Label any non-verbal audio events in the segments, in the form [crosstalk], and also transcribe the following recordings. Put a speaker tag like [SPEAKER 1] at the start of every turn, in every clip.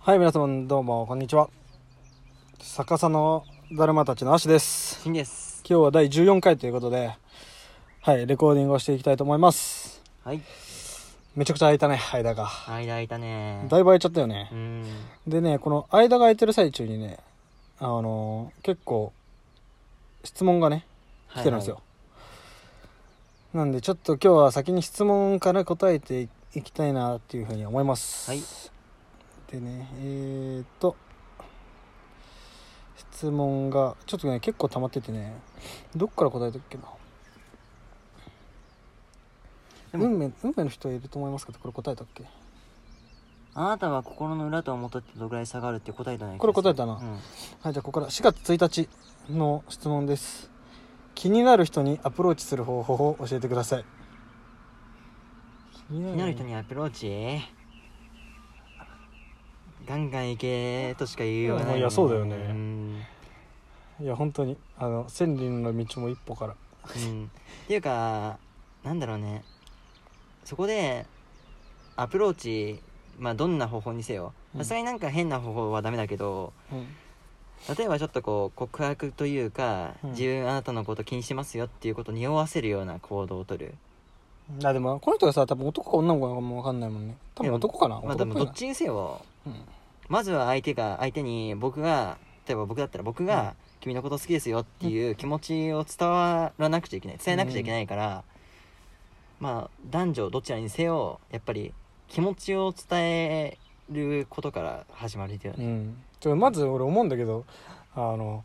[SPEAKER 1] はい、皆様どうも、こんにちは。逆さのだるまたちのアシです。
[SPEAKER 2] シンです。
[SPEAKER 1] 今日は第14回ということで、はい、レコーディングをしていきたいと思います。
[SPEAKER 2] はい。
[SPEAKER 1] めちゃくちゃ空いたね、間が。
[SPEAKER 2] 間空いたね。
[SPEAKER 1] だいぶ空いちゃったよ
[SPEAKER 2] う
[SPEAKER 1] ね。
[SPEAKER 2] ん。
[SPEAKER 1] でね、この間が空いてる最中にね、あのー結構、質問がね、来てるんですよ。なんで、ちょっと今日は先に質問から答えていきたいなっていうふうに思います。
[SPEAKER 2] はい
[SPEAKER 1] でね、えーっと、質問が、ちょっとね、結構溜まっててね、どっから答えたっけな。
[SPEAKER 2] でも
[SPEAKER 1] 運命運命の人いると思いますけど、これ答えたっけ
[SPEAKER 2] はいはい。あなたは心の裏と表ってどれぐらい下があるって答えたね。
[SPEAKER 1] これ答えたな
[SPEAKER 2] うん。
[SPEAKER 1] はい、じゃあここから4月1日の質問です。気になる人にアプローチする方法を教えてください。気
[SPEAKER 2] 気になる人にアプローチガンガン行けとしか言いようがない、
[SPEAKER 1] いやそうだよね
[SPEAKER 2] うん。
[SPEAKER 1] いや本当にあの千里の道も一歩から
[SPEAKER 2] うんっていうか、なんだろうね。そこで、アプローチ、まあどんな方法にせよ。
[SPEAKER 1] うん
[SPEAKER 2] さすがになんか変な方法はダメだけど、例えばちょっとこう告白というか、
[SPEAKER 1] うん
[SPEAKER 2] 自分あなたのこと気にしてますよっていうことを匂わせるような行動をとる
[SPEAKER 1] あでもこの人がさ多分男か女の子かも分かんないもんね多分男かな
[SPEAKER 2] まあ
[SPEAKER 1] 男
[SPEAKER 2] で
[SPEAKER 1] っ
[SPEAKER 2] も
[SPEAKER 1] ぽい
[SPEAKER 2] ど
[SPEAKER 1] な
[SPEAKER 2] っちにせよ
[SPEAKER 1] うん
[SPEAKER 2] まずは相手が相手に僕が例えば僕だったら僕が君のこと好きですよっていう気持ちを伝わらなくちゃいけない伝えなくちゃいけないから、まあ男女どちらにせよやっぱり気持ちを伝えることから始まるよ
[SPEAKER 1] う
[SPEAKER 2] ね、
[SPEAKER 1] んちょまず俺思うんだけどあの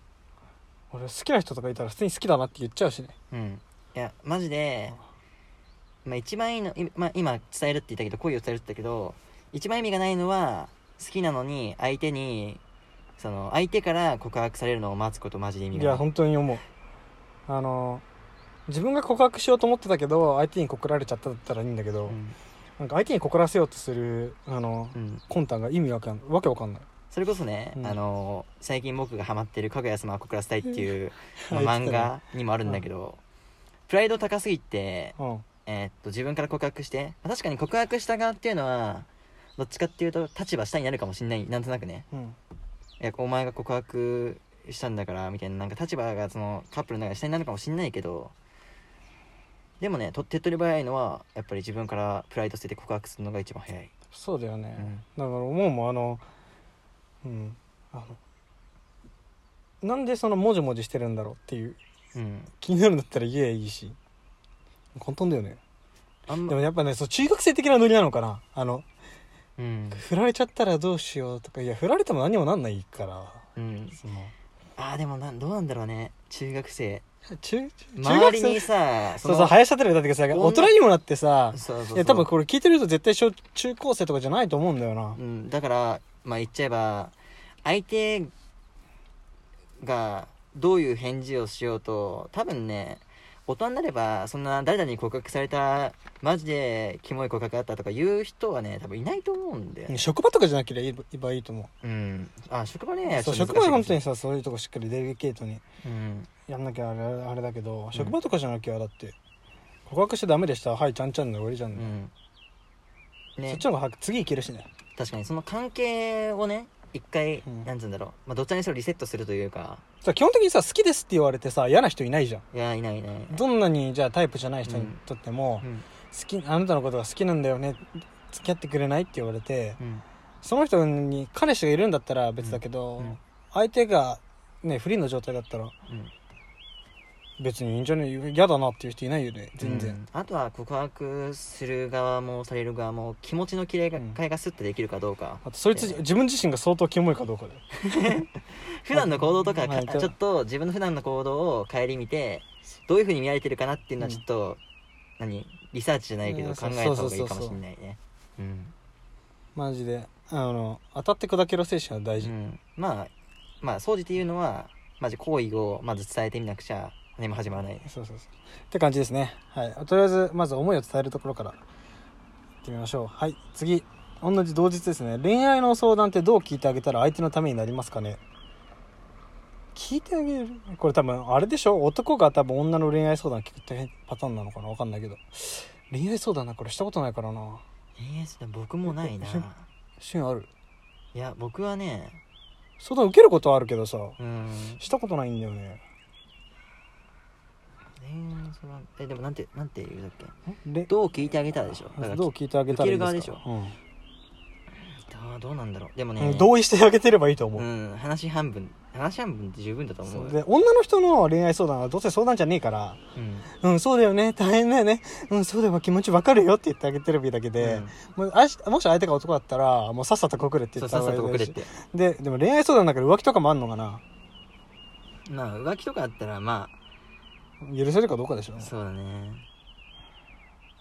[SPEAKER 1] 俺好きな人とかいたら普通に好きだなって言っちゃうしね
[SPEAKER 2] うん、いやマジでまあ、一番いいの、いまあ、今伝えるって言ったけど恋を伝えるって言ったけど一番意味がないのは好きなのに相手にその相手から告白されるのを待つことマジで意味
[SPEAKER 1] い
[SPEAKER 2] がない
[SPEAKER 1] や本当に思うあの自分が告白しようと思ってたけど相手に告られちゃっただったらいいんだけど、
[SPEAKER 2] うん
[SPEAKER 1] なんか相手に告らせようとするあの、
[SPEAKER 2] うん
[SPEAKER 1] 魂胆が意味わかんわけわかんない
[SPEAKER 2] それこそね、
[SPEAKER 1] うん
[SPEAKER 2] あの最近僕がハマってる「かぐや様を告らせたい」っていう、
[SPEAKER 1] うん [laughs]
[SPEAKER 2] まあ
[SPEAKER 1] 言っ
[SPEAKER 2] 漫
[SPEAKER 1] てた
[SPEAKER 2] 画にもあるんだけど、プライド高すぎて、
[SPEAKER 1] うん
[SPEAKER 2] えーっと自分から告白してまあ確かに告白した側っていうのはどっちかっていうと立場下になるかもしんないなんとなくね
[SPEAKER 1] うん
[SPEAKER 2] いやお前が告白したんだからみたいななんか立場がそのカップルの中で下になるかもしんないけどでもねと手っ取り早いのはやっぱり自分からプライド捨てて告白するのが一番早い、
[SPEAKER 1] そうだよね、
[SPEAKER 2] うん
[SPEAKER 1] だから思うもんあのうんあのなんでそのもじもじしてるんだろうっていう
[SPEAKER 2] うん、
[SPEAKER 1] 気になるんだったら言えばいいし簡単だよね
[SPEAKER 2] あん
[SPEAKER 1] で
[SPEAKER 2] ま
[SPEAKER 1] もやっぱねそう中学生的なノリなのかなあの
[SPEAKER 2] うん、
[SPEAKER 1] 振られちゃったらどうしようとかいや振られても何にもなんないから
[SPEAKER 2] うん、
[SPEAKER 1] その
[SPEAKER 2] あーでもなんどうなんだろうね中学生
[SPEAKER 1] 中中
[SPEAKER 2] 周
[SPEAKER 1] 学
[SPEAKER 2] りに
[SPEAKER 1] 生
[SPEAKER 2] さ
[SPEAKER 1] そう
[SPEAKER 2] の
[SPEAKER 1] そう林立てるだってさ
[SPEAKER 2] 女
[SPEAKER 1] 大人にもなってさ
[SPEAKER 2] そうそうそう
[SPEAKER 1] いや多分これ聞いてる人絶対小中高生とかじゃないと思うんだよな
[SPEAKER 2] うん、だからまあ言っちゃえば相手がどういう返事をしようと多分ね大人になればそんな誰々に告白されたマジでキモい告白あったとか言う人はね多分いないと思うんだよ、ね、
[SPEAKER 1] 職場とかじゃなければいいばいいと思
[SPEAKER 2] うんあ職場ね
[SPEAKER 1] うそう
[SPEAKER 2] ちょっ
[SPEAKER 1] 職
[SPEAKER 2] と
[SPEAKER 1] 場
[SPEAKER 2] 難
[SPEAKER 1] は
[SPEAKER 2] し
[SPEAKER 1] い本当にさそういうとこしっかりデリケートに
[SPEAKER 2] うん
[SPEAKER 1] やんなきゃあれあれだけど、職場とかじゃなきゃだって告白してダメでしたはいちゃんちゃんで終わりじゃん
[SPEAKER 2] う
[SPEAKER 1] ね、
[SPEAKER 2] ん
[SPEAKER 1] そ
[SPEAKER 2] ね
[SPEAKER 1] っちの方が早く次いけるしね
[SPEAKER 2] 確かにその関係をね一回、
[SPEAKER 1] うん
[SPEAKER 2] なんつうんだろう、まあ、どちらにせよリセットするというか
[SPEAKER 1] さ基本的にさ好きですって言われてさ嫌な人いないじゃん
[SPEAKER 2] いやいないいないいない
[SPEAKER 1] どんなにじゃあタイプじゃない人にとっても、
[SPEAKER 2] うん
[SPEAKER 1] 好きあなたのことが好きなんだよね付き合ってくれないって言われて
[SPEAKER 2] うん
[SPEAKER 1] その人に彼氏がいるんだったら別だけど、
[SPEAKER 2] うんうん
[SPEAKER 1] 相手がね不利の状態だったら
[SPEAKER 2] うん
[SPEAKER 1] 別にいいんじゃない嫌だなっていう人いないよね全然、
[SPEAKER 2] うんあとは告白する側もされる側も気持ちの切れが
[SPEAKER 1] うん
[SPEAKER 2] 替えがスッとできるかどうか、
[SPEAKER 1] あとそいつ
[SPEAKER 2] で
[SPEAKER 1] 自分自身が相当キモいかどうかで
[SPEAKER 2] 普段の行動とか
[SPEAKER 1] まあ
[SPEAKER 2] かちょっと自分の普段の行動を顧みてどういうふうに見られてるかなっていうのはちょっと、何リサーチじゃないけ
[SPEAKER 1] う
[SPEAKER 2] ど
[SPEAKER 1] ん
[SPEAKER 2] 考
[SPEAKER 1] そう
[SPEAKER 2] えた方がい
[SPEAKER 1] そ
[SPEAKER 2] いう
[SPEAKER 1] そう
[SPEAKER 2] か
[SPEAKER 1] そうそう
[SPEAKER 2] もしれないねうん、
[SPEAKER 1] マジであの当たって砕ける精神は大事、
[SPEAKER 2] うんまあまあ総じて言うのはまず行為をまず伝えてみなくちゃ何も始まらないです
[SPEAKER 1] そうそうそうって感じですねはいとりあえずまず思いを伝えるところからいってみましょうはい次同じ同日ですね恋愛の相談ってどう聞いてあげたら相手のためになりますかね聞いてあげるこれ多分あれでしょ男が多分女の恋愛相談聞くってパターンなのかなわかんないけど恋愛相談なこれしたことないからな [laughs]
[SPEAKER 2] えー、それ僕もないな
[SPEAKER 1] シュンある
[SPEAKER 2] いや僕はね
[SPEAKER 1] 相談受けることはあるけどさ
[SPEAKER 2] うん
[SPEAKER 1] したことないんだよね
[SPEAKER 2] 恋愛相談えでもなんてなんて言うだっけ
[SPEAKER 1] で
[SPEAKER 2] どう聞いてあげたらでしょだから
[SPEAKER 1] どう聞いてあげたらいいですか
[SPEAKER 2] 受ける
[SPEAKER 1] うん
[SPEAKER 2] どうどうなんだろうでも
[SPEAKER 1] う
[SPEAKER 2] ね
[SPEAKER 1] ん同意してあげてればいいと思
[SPEAKER 2] う
[SPEAKER 1] う、
[SPEAKER 2] ん話半分話半分って十分だと思
[SPEAKER 1] そう
[SPEAKER 2] う
[SPEAKER 1] で女の人の恋愛相談はどうせ相談じゃねえから
[SPEAKER 2] うん
[SPEAKER 1] うん、そうだよね、大変だよね、うん、そうだよ、気持ちわかるよって言ってあげてるべきだけで、もうあしもし相手が男だったら、もうさっさと告れって
[SPEAKER 2] そ
[SPEAKER 1] 言
[SPEAKER 2] う
[SPEAKER 1] った
[SPEAKER 2] さっ
[SPEAKER 1] 方
[SPEAKER 2] さ
[SPEAKER 1] がい
[SPEAKER 2] と
[SPEAKER 1] い
[SPEAKER 2] 告れっ
[SPEAKER 1] し。
[SPEAKER 2] て
[SPEAKER 1] で、でも恋愛相談だから浮気とかもあんのかな
[SPEAKER 2] まあ浮気とかあったらま
[SPEAKER 1] 許せるかどうかでしょ
[SPEAKER 2] あそうだね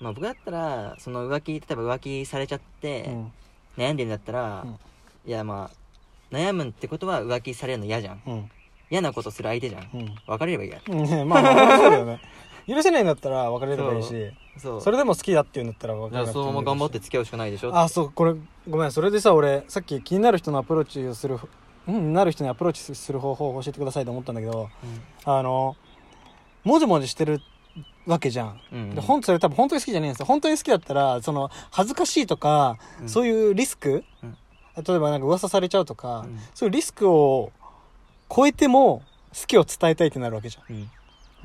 [SPEAKER 2] まあ僕だったらその浮気例えば浮気されちゃって、
[SPEAKER 1] うん、
[SPEAKER 2] 悩んでんだったら、
[SPEAKER 1] うん
[SPEAKER 2] いやまあ悩むってことは浮気されるの嫌じゃん
[SPEAKER 1] うん、
[SPEAKER 2] 嫌なことする相手じゃん
[SPEAKER 1] うん。
[SPEAKER 2] 別れればいいや
[SPEAKER 1] うんねまあ、まあ、そうだよね。許せないんだったら別れればいいし、
[SPEAKER 2] そう
[SPEAKER 1] それでも好きだって言うんだったら別れ
[SPEAKER 2] だから
[SPEAKER 1] れ
[SPEAKER 2] そのまま頑張って付き合うしかないでしょ
[SPEAKER 1] あ、そう、これ、ごめん、それでさ、俺、さっき気になる人のアプローチをする、うん、なる人にアプローチする方法を教えてくださいと思ったんだけど、あの、もじもじしてるわけじゃん。
[SPEAKER 2] うん、うん
[SPEAKER 1] でほんそれ多分本当に好きじゃねえんですよ本当に好きだったらその恥ずかしいとか、
[SPEAKER 2] うん
[SPEAKER 1] そういうリスク、
[SPEAKER 2] うん
[SPEAKER 1] 例えばなんか噂されちゃうとか、
[SPEAKER 2] うん
[SPEAKER 1] そういうリスクを超えても好きを伝えたいってなるわけじゃ
[SPEAKER 2] うんい
[SPEAKER 1] ん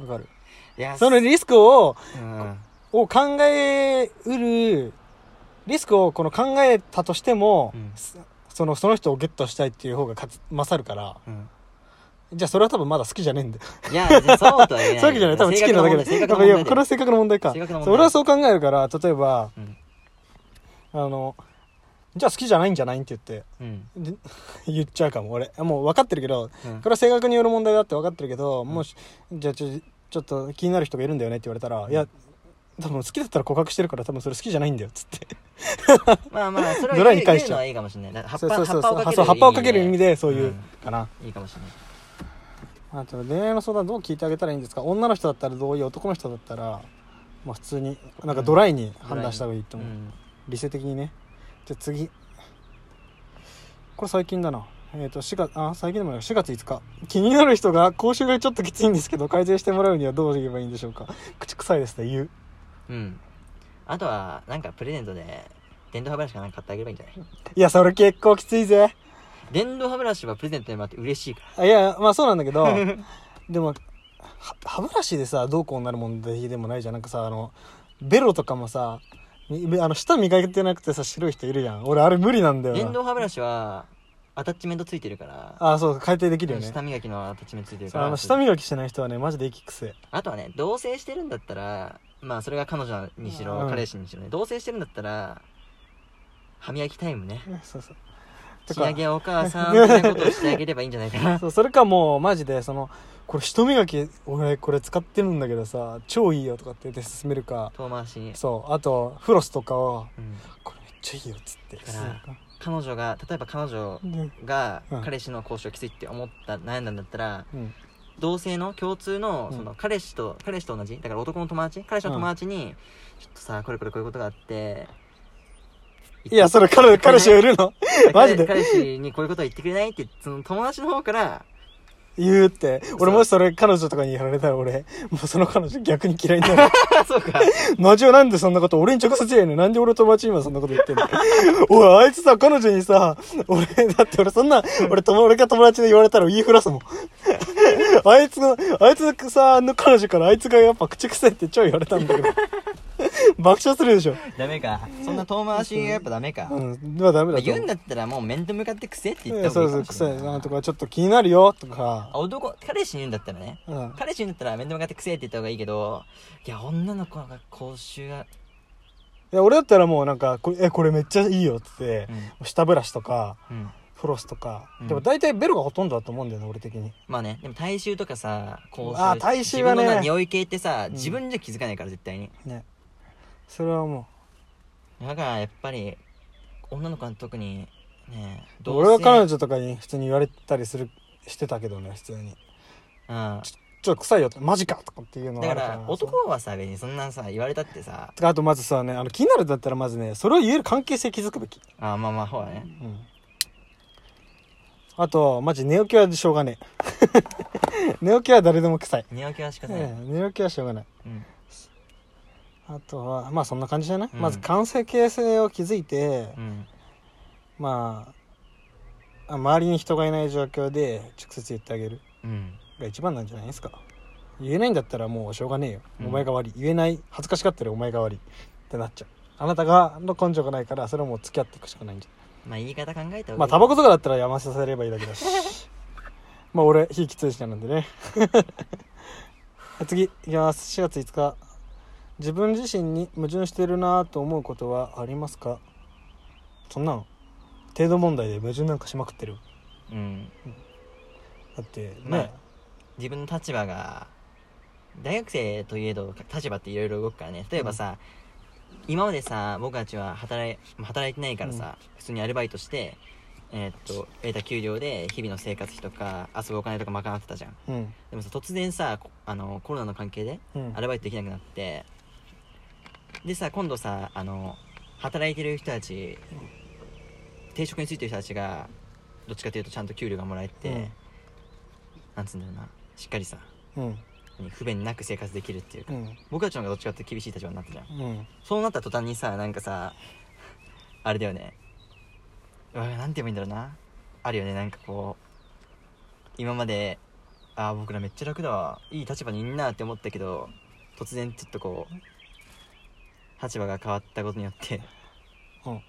[SPEAKER 1] わかる
[SPEAKER 2] や
[SPEAKER 1] そのリスクを
[SPEAKER 2] うん
[SPEAKER 1] を考えうるリスクをこの考えたとしても、
[SPEAKER 2] うん
[SPEAKER 1] そそのその人をゲットしたいっていう方が勝つ勝るから
[SPEAKER 2] うん
[SPEAKER 1] じゃあそれは多分まだ好きじゃねえんだよ
[SPEAKER 2] いやそうとは言えない
[SPEAKER 1] そういうわけじゃない多分チキンなだけで
[SPEAKER 2] 性
[SPEAKER 1] 多
[SPEAKER 2] 格の
[SPEAKER 1] 分
[SPEAKER 2] 問
[SPEAKER 1] い
[SPEAKER 2] 題
[SPEAKER 1] やこれは性格の問題か
[SPEAKER 2] 性格の問題
[SPEAKER 1] 俺はそう考えるから例えば、
[SPEAKER 2] うん
[SPEAKER 1] あのじゃあ好きじゃないんじゃないんって言って
[SPEAKER 2] うん
[SPEAKER 1] で [laughs] 言っちゃうかも俺もう分かってるけどこ
[SPEAKER 2] うん
[SPEAKER 1] れは性格による問題だって分かってるけど、もしじゃあちょちょっと気になる人がいるんだよねって言われたら、いや多分好きだったら告白してるから多分それ好きじゃないんだよっつって
[SPEAKER 2] まあまあそれ
[SPEAKER 1] ドラ
[SPEAKER 2] は言
[SPEAKER 1] イ
[SPEAKER 2] う
[SPEAKER 1] に返しちゃ
[SPEAKER 2] 言うの
[SPEAKER 1] う
[SPEAKER 2] はいいかもしれないだから葉っ
[SPEAKER 1] そう
[SPEAKER 2] ぱ
[SPEAKER 1] そうそう
[SPEAKER 2] 葉っぱをかけ
[SPEAKER 1] あ
[SPEAKER 2] る
[SPEAKER 1] そう葉っぱをかける意味でそういう、かな
[SPEAKER 2] うんいいかもしれない
[SPEAKER 1] あと恋愛の相談どう聞いてあげたらいいんですか女の人だったら同意男の人だったら、まあ、普通になんかドライに判断した方がいいと思う、
[SPEAKER 2] うん
[SPEAKER 1] 理性的にねじゃあ次これ最近だなえっ、と4月あ最近でもない4月5日気になる人が口臭がちょっときついんですけど改善してもらうにはどう言えばいいんでしょうか口臭いですね言う
[SPEAKER 2] うんあとはなんかプレゼントで電動歯ブラシかなんか買ってあげればいいんじゃない
[SPEAKER 1] いやそれ結構きついぜ
[SPEAKER 2] 電動歯ブラシはプレゼントでもらって嬉しいから
[SPEAKER 1] あいやまあそうなんだけどでもは歯ブラシでさどうこうなる問題でもないじゃんなんかさあのベロとかもさみあの舌磨いてなくてさ白い人いるじゃん俺あれ無理なんだよ
[SPEAKER 2] 電
[SPEAKER 1] な
[SPEAKER 2] 動歯ブラシはアタッチメントついてるから
[SPEAKER 1] あそう改定できるよね
[SPEAKER 2] 下磨きのアタッチメントついてるか
[SPEAKER 1] あ
[SPEAKER 2] ら
[SPEAKER 1] の舌磨きしてない人はねマジで息くせ
[SPEAKER 2] あとはね同棲してるんだったらまあそれが彼女にしろ、
[SPEAKER 1] うん
[SPEAKER 2] 彼氏にしろね同棲してるんだったら歯磨きタイムね
[SPEAKER 1] そうそうと
[SPEAKER 2] 仕
[SPEAKER 1] か
[SPEAKER 2] 上げお母さんみたいなことをしてあげればいいんじゃないかな
[SPEAKER 1] [laughs] そうそれかもうマジでそのこれ人磨き俺これ使ってるんだけどさ超いいよとかって言って勧めるか
[SPEAKER 2] 遠回しに、
[SPEAKER 1] そうあとフロスとかを
[SPEAKER 2] うん
[SPEAKER 1] これめっちゃいいよっつって
[SPEAKER 2] だから彼女が例えば彼女
[SPEAKER 1] で
[SPEAKER 2] が
[SPEAKER 1] うん
[SPEAKER 2] 彼氏の交渉きついって思った悩んだんだったら
[SPEAKER 1] うん
[SPEAKER 2] 同性の共通の
[SPEAKER 1] うん
[SPEAKER 2] その彼氏と、彼氏と同じだから男の友達彼氏の友達に、ちょっとさこれこれこういうことがあって
[SPEAKER 1] いやそれ彼彼氏がいるの [laughs] マジで
[SPEAKER 2] 彼氏にこういうことは言ってくれないってその友達の方から [laughs]
[SPEAKER 1] 言うって俺
[SPEAKER 2] そう
[SPEAKER 1] もしそれ彼女とかにやられたら俺もうその彼女逆に嫌いにな
[SPEAKER 2] [laughs]
[SPEAKER 1] る
[SPEAKER 2] あそうか
[SPEAKER 1] マジはなんでそんなこと俺に直接言えんのなんで俺の友達に今そんなこと言ってんの [laughs] おいあいつさ彼女にさ俺だって俺そんな俺友俺が友達で言われたら言いふらすもん [laughs] あいつのあいつさの彼女からあいつがやっぱ口癖って超言われたんだけど [laughs] 爆笑するでしょ
[SPEAKER 2] ダメかそんな遠回しはやっぱダメか、
[SPEAKER 1] うんではダメ
[SPEAKER 2] ま
[SPEAKER 1] だ
[SPEAKER 2] あ、
[SPEAKER 1] と
[SPEAKER 2] 言う
[SPEAKER 1] 思
[SPEAKER 2] ん
[SPEAKER 1] う
[SPEAKER 2] だったらもう面と向かってくせって言
[SPEAKER 1] い
[SPEAKER 2] っ
[SPEAKER 1] や
[SPEAKER 2] た
[SPEAKER 1] そ
[SPEAKER 2] 方
[SPEAKER 1] う
[SPEAKER 2] が
[SPEAKER 1] そ
[SPEAKER 2] いう
[SPEAKER 1] 臭
[SPEAKER 2] いかもしれ
[SPEAKER 1] い
[SPEAKER 2] な
[SPEAKER 1] ないとかちょっと気になるよとか
[SPEAKER 2] あ男彼氏に言うんだったらね
[SPEAKER 1] うん
[SPEAKER 2] 彼氏に言うんだったら面と向かってくせって言った方がいいけどいや女の子が口臭が、
[SPEAKER 1] いや俺だったらもうなんかこれえこれめっちゃいいよっつって
[SPEAKER 2] う、ん
[SPEAKER 1] 舌ブラシとか
[SPEAKER 2] うん、
[SPEAKER 1] フロスとか、
[SPEAKER 2] うん
[SPEAKER 1] でも大体ベロがほとんどだと思うんだよね俺的に
[SPEAKER 2] まあねでも体臭とかさ口臭
[SPEAKER 1] あー体臭はね
[SPEAKER 2] 自分の匂い系ってさ、
[SPEAKER 1] うん
[SPEAKER 2] 自分じゃ気づかないから絶対に
[SPEAKER 1] ねそれはも
[SPEAKER 2] だからやっぱり女の子は特にね
[SPEAKER 1] う俺は彼
[SPEAKER 2] 女
[SPEAKER 1] 女とかに普通に言われたりするしてたけどね普通に
[SPEAKER 2] うん
[SPEAKER 1] ちょっと臭いよってマジかとかっていうの
[SPEAKER 2] だ
[SPEAKER 1] はあ
[SPEAKER 2] か
[SPEAKER 1] るから
[SPEAKER 2] ら
[SPEAKER 1] そう
[SPEAKER 2] 男はさ別にそんなさ言われたってさ
[SPEAKER 1] てかあとまずさねあの気になるんだったらまずねそれを言える関係性気づくべき
[SPEAKER 2] あーまあまあほらね
[SPEAKER 1] うんあとマジ寝起きはしょうがねえ [laughs] 寝起きは誰でも臭い、
[SPEAKER 2] 寝起きはしかさない、
[SPEAKER 1] ええ寝起きはしょうがない
[SPEAKER 2] うん
[SPEAKER 1] あとはまあそんな感じじゃない、
[SPEAKER 2] うん
[SPEAKER 1] まず関係性を築いて、
[SPEAKER 2] うん
[SPEAKER 1] まああ周りに人がいない状況で直接言ってあげる
[SPEAKER 2] うん
[SPEAKER 1] が一番なんじゃないですか言えないんだったらもうしょうがねえよ、
[SPEAKER 2] うん
[SPEAKER 1] お前が悪い言えない恥ずかしがってるお前が悪いってなっちゃうあなたがの根性がないからそれはもう付き合っていくしかないんじ
[SPEAKER 2] まあ言い方考えた
[SPEAKER 1] ゃ
[SPEAKER 2] 方がいい
[SPEAKER 1] ん [laughs] まあタバコとかだったらやまさせればいいだけだ
[SPEAKER 2] [laughs]
[SPEAKER 1] しまあ俺非喫煙者なんでね [laughs] 次いきます4月5日自分自身に矛盾してるなぁと思うことはありますかそんなの程度問題で矛盾なんかしまくってる
[SPEAKER 2] うん
[SPEAKER 1] だってね、
[SPEAKER 2] まあ自分の立場が大学生といえど立場っていろいろ動くからね例えばさ、今までさ僕たちは働い働いてないからさ、普通にアルバイトしてえーっと得た給料で日々の生活費とか遊ぶお金とか賄ってたじゃん
[SPEAKER 1] うん
[SPEAKER 2] でもさ突然さこあのコロナの関係で
[SPEAKER 1] うん
[SPEAKER 2] アルバイトできなくなってでさ今度さあの働いてる人たち定職についてる人たちがどっちかというとちゃんと給料がもらえて、
[SPEAKER 1] うん
[SPEAKER 2] なんつうんだろうなしっかりさ
[SPEAKER 1] うん
[SPEAKER 2] 不便なく生活できるっていうか、
[SPEAKER 1] うん
[SPEAKER 2] 僕たちの方がどっちかって厳しい立場になったじゃん
[SPEAKER 1] うん
[SPEAKER 2] そうなった途端にさなんかさあれだよねうわなんて言えばいいんだろうなあるよねなんかこう今まであー僕らめっちゃ楽だわいい立場にいんなって思ったけど突然ちょっとこう立場が変わったことによって
[SPEAKER 1] うん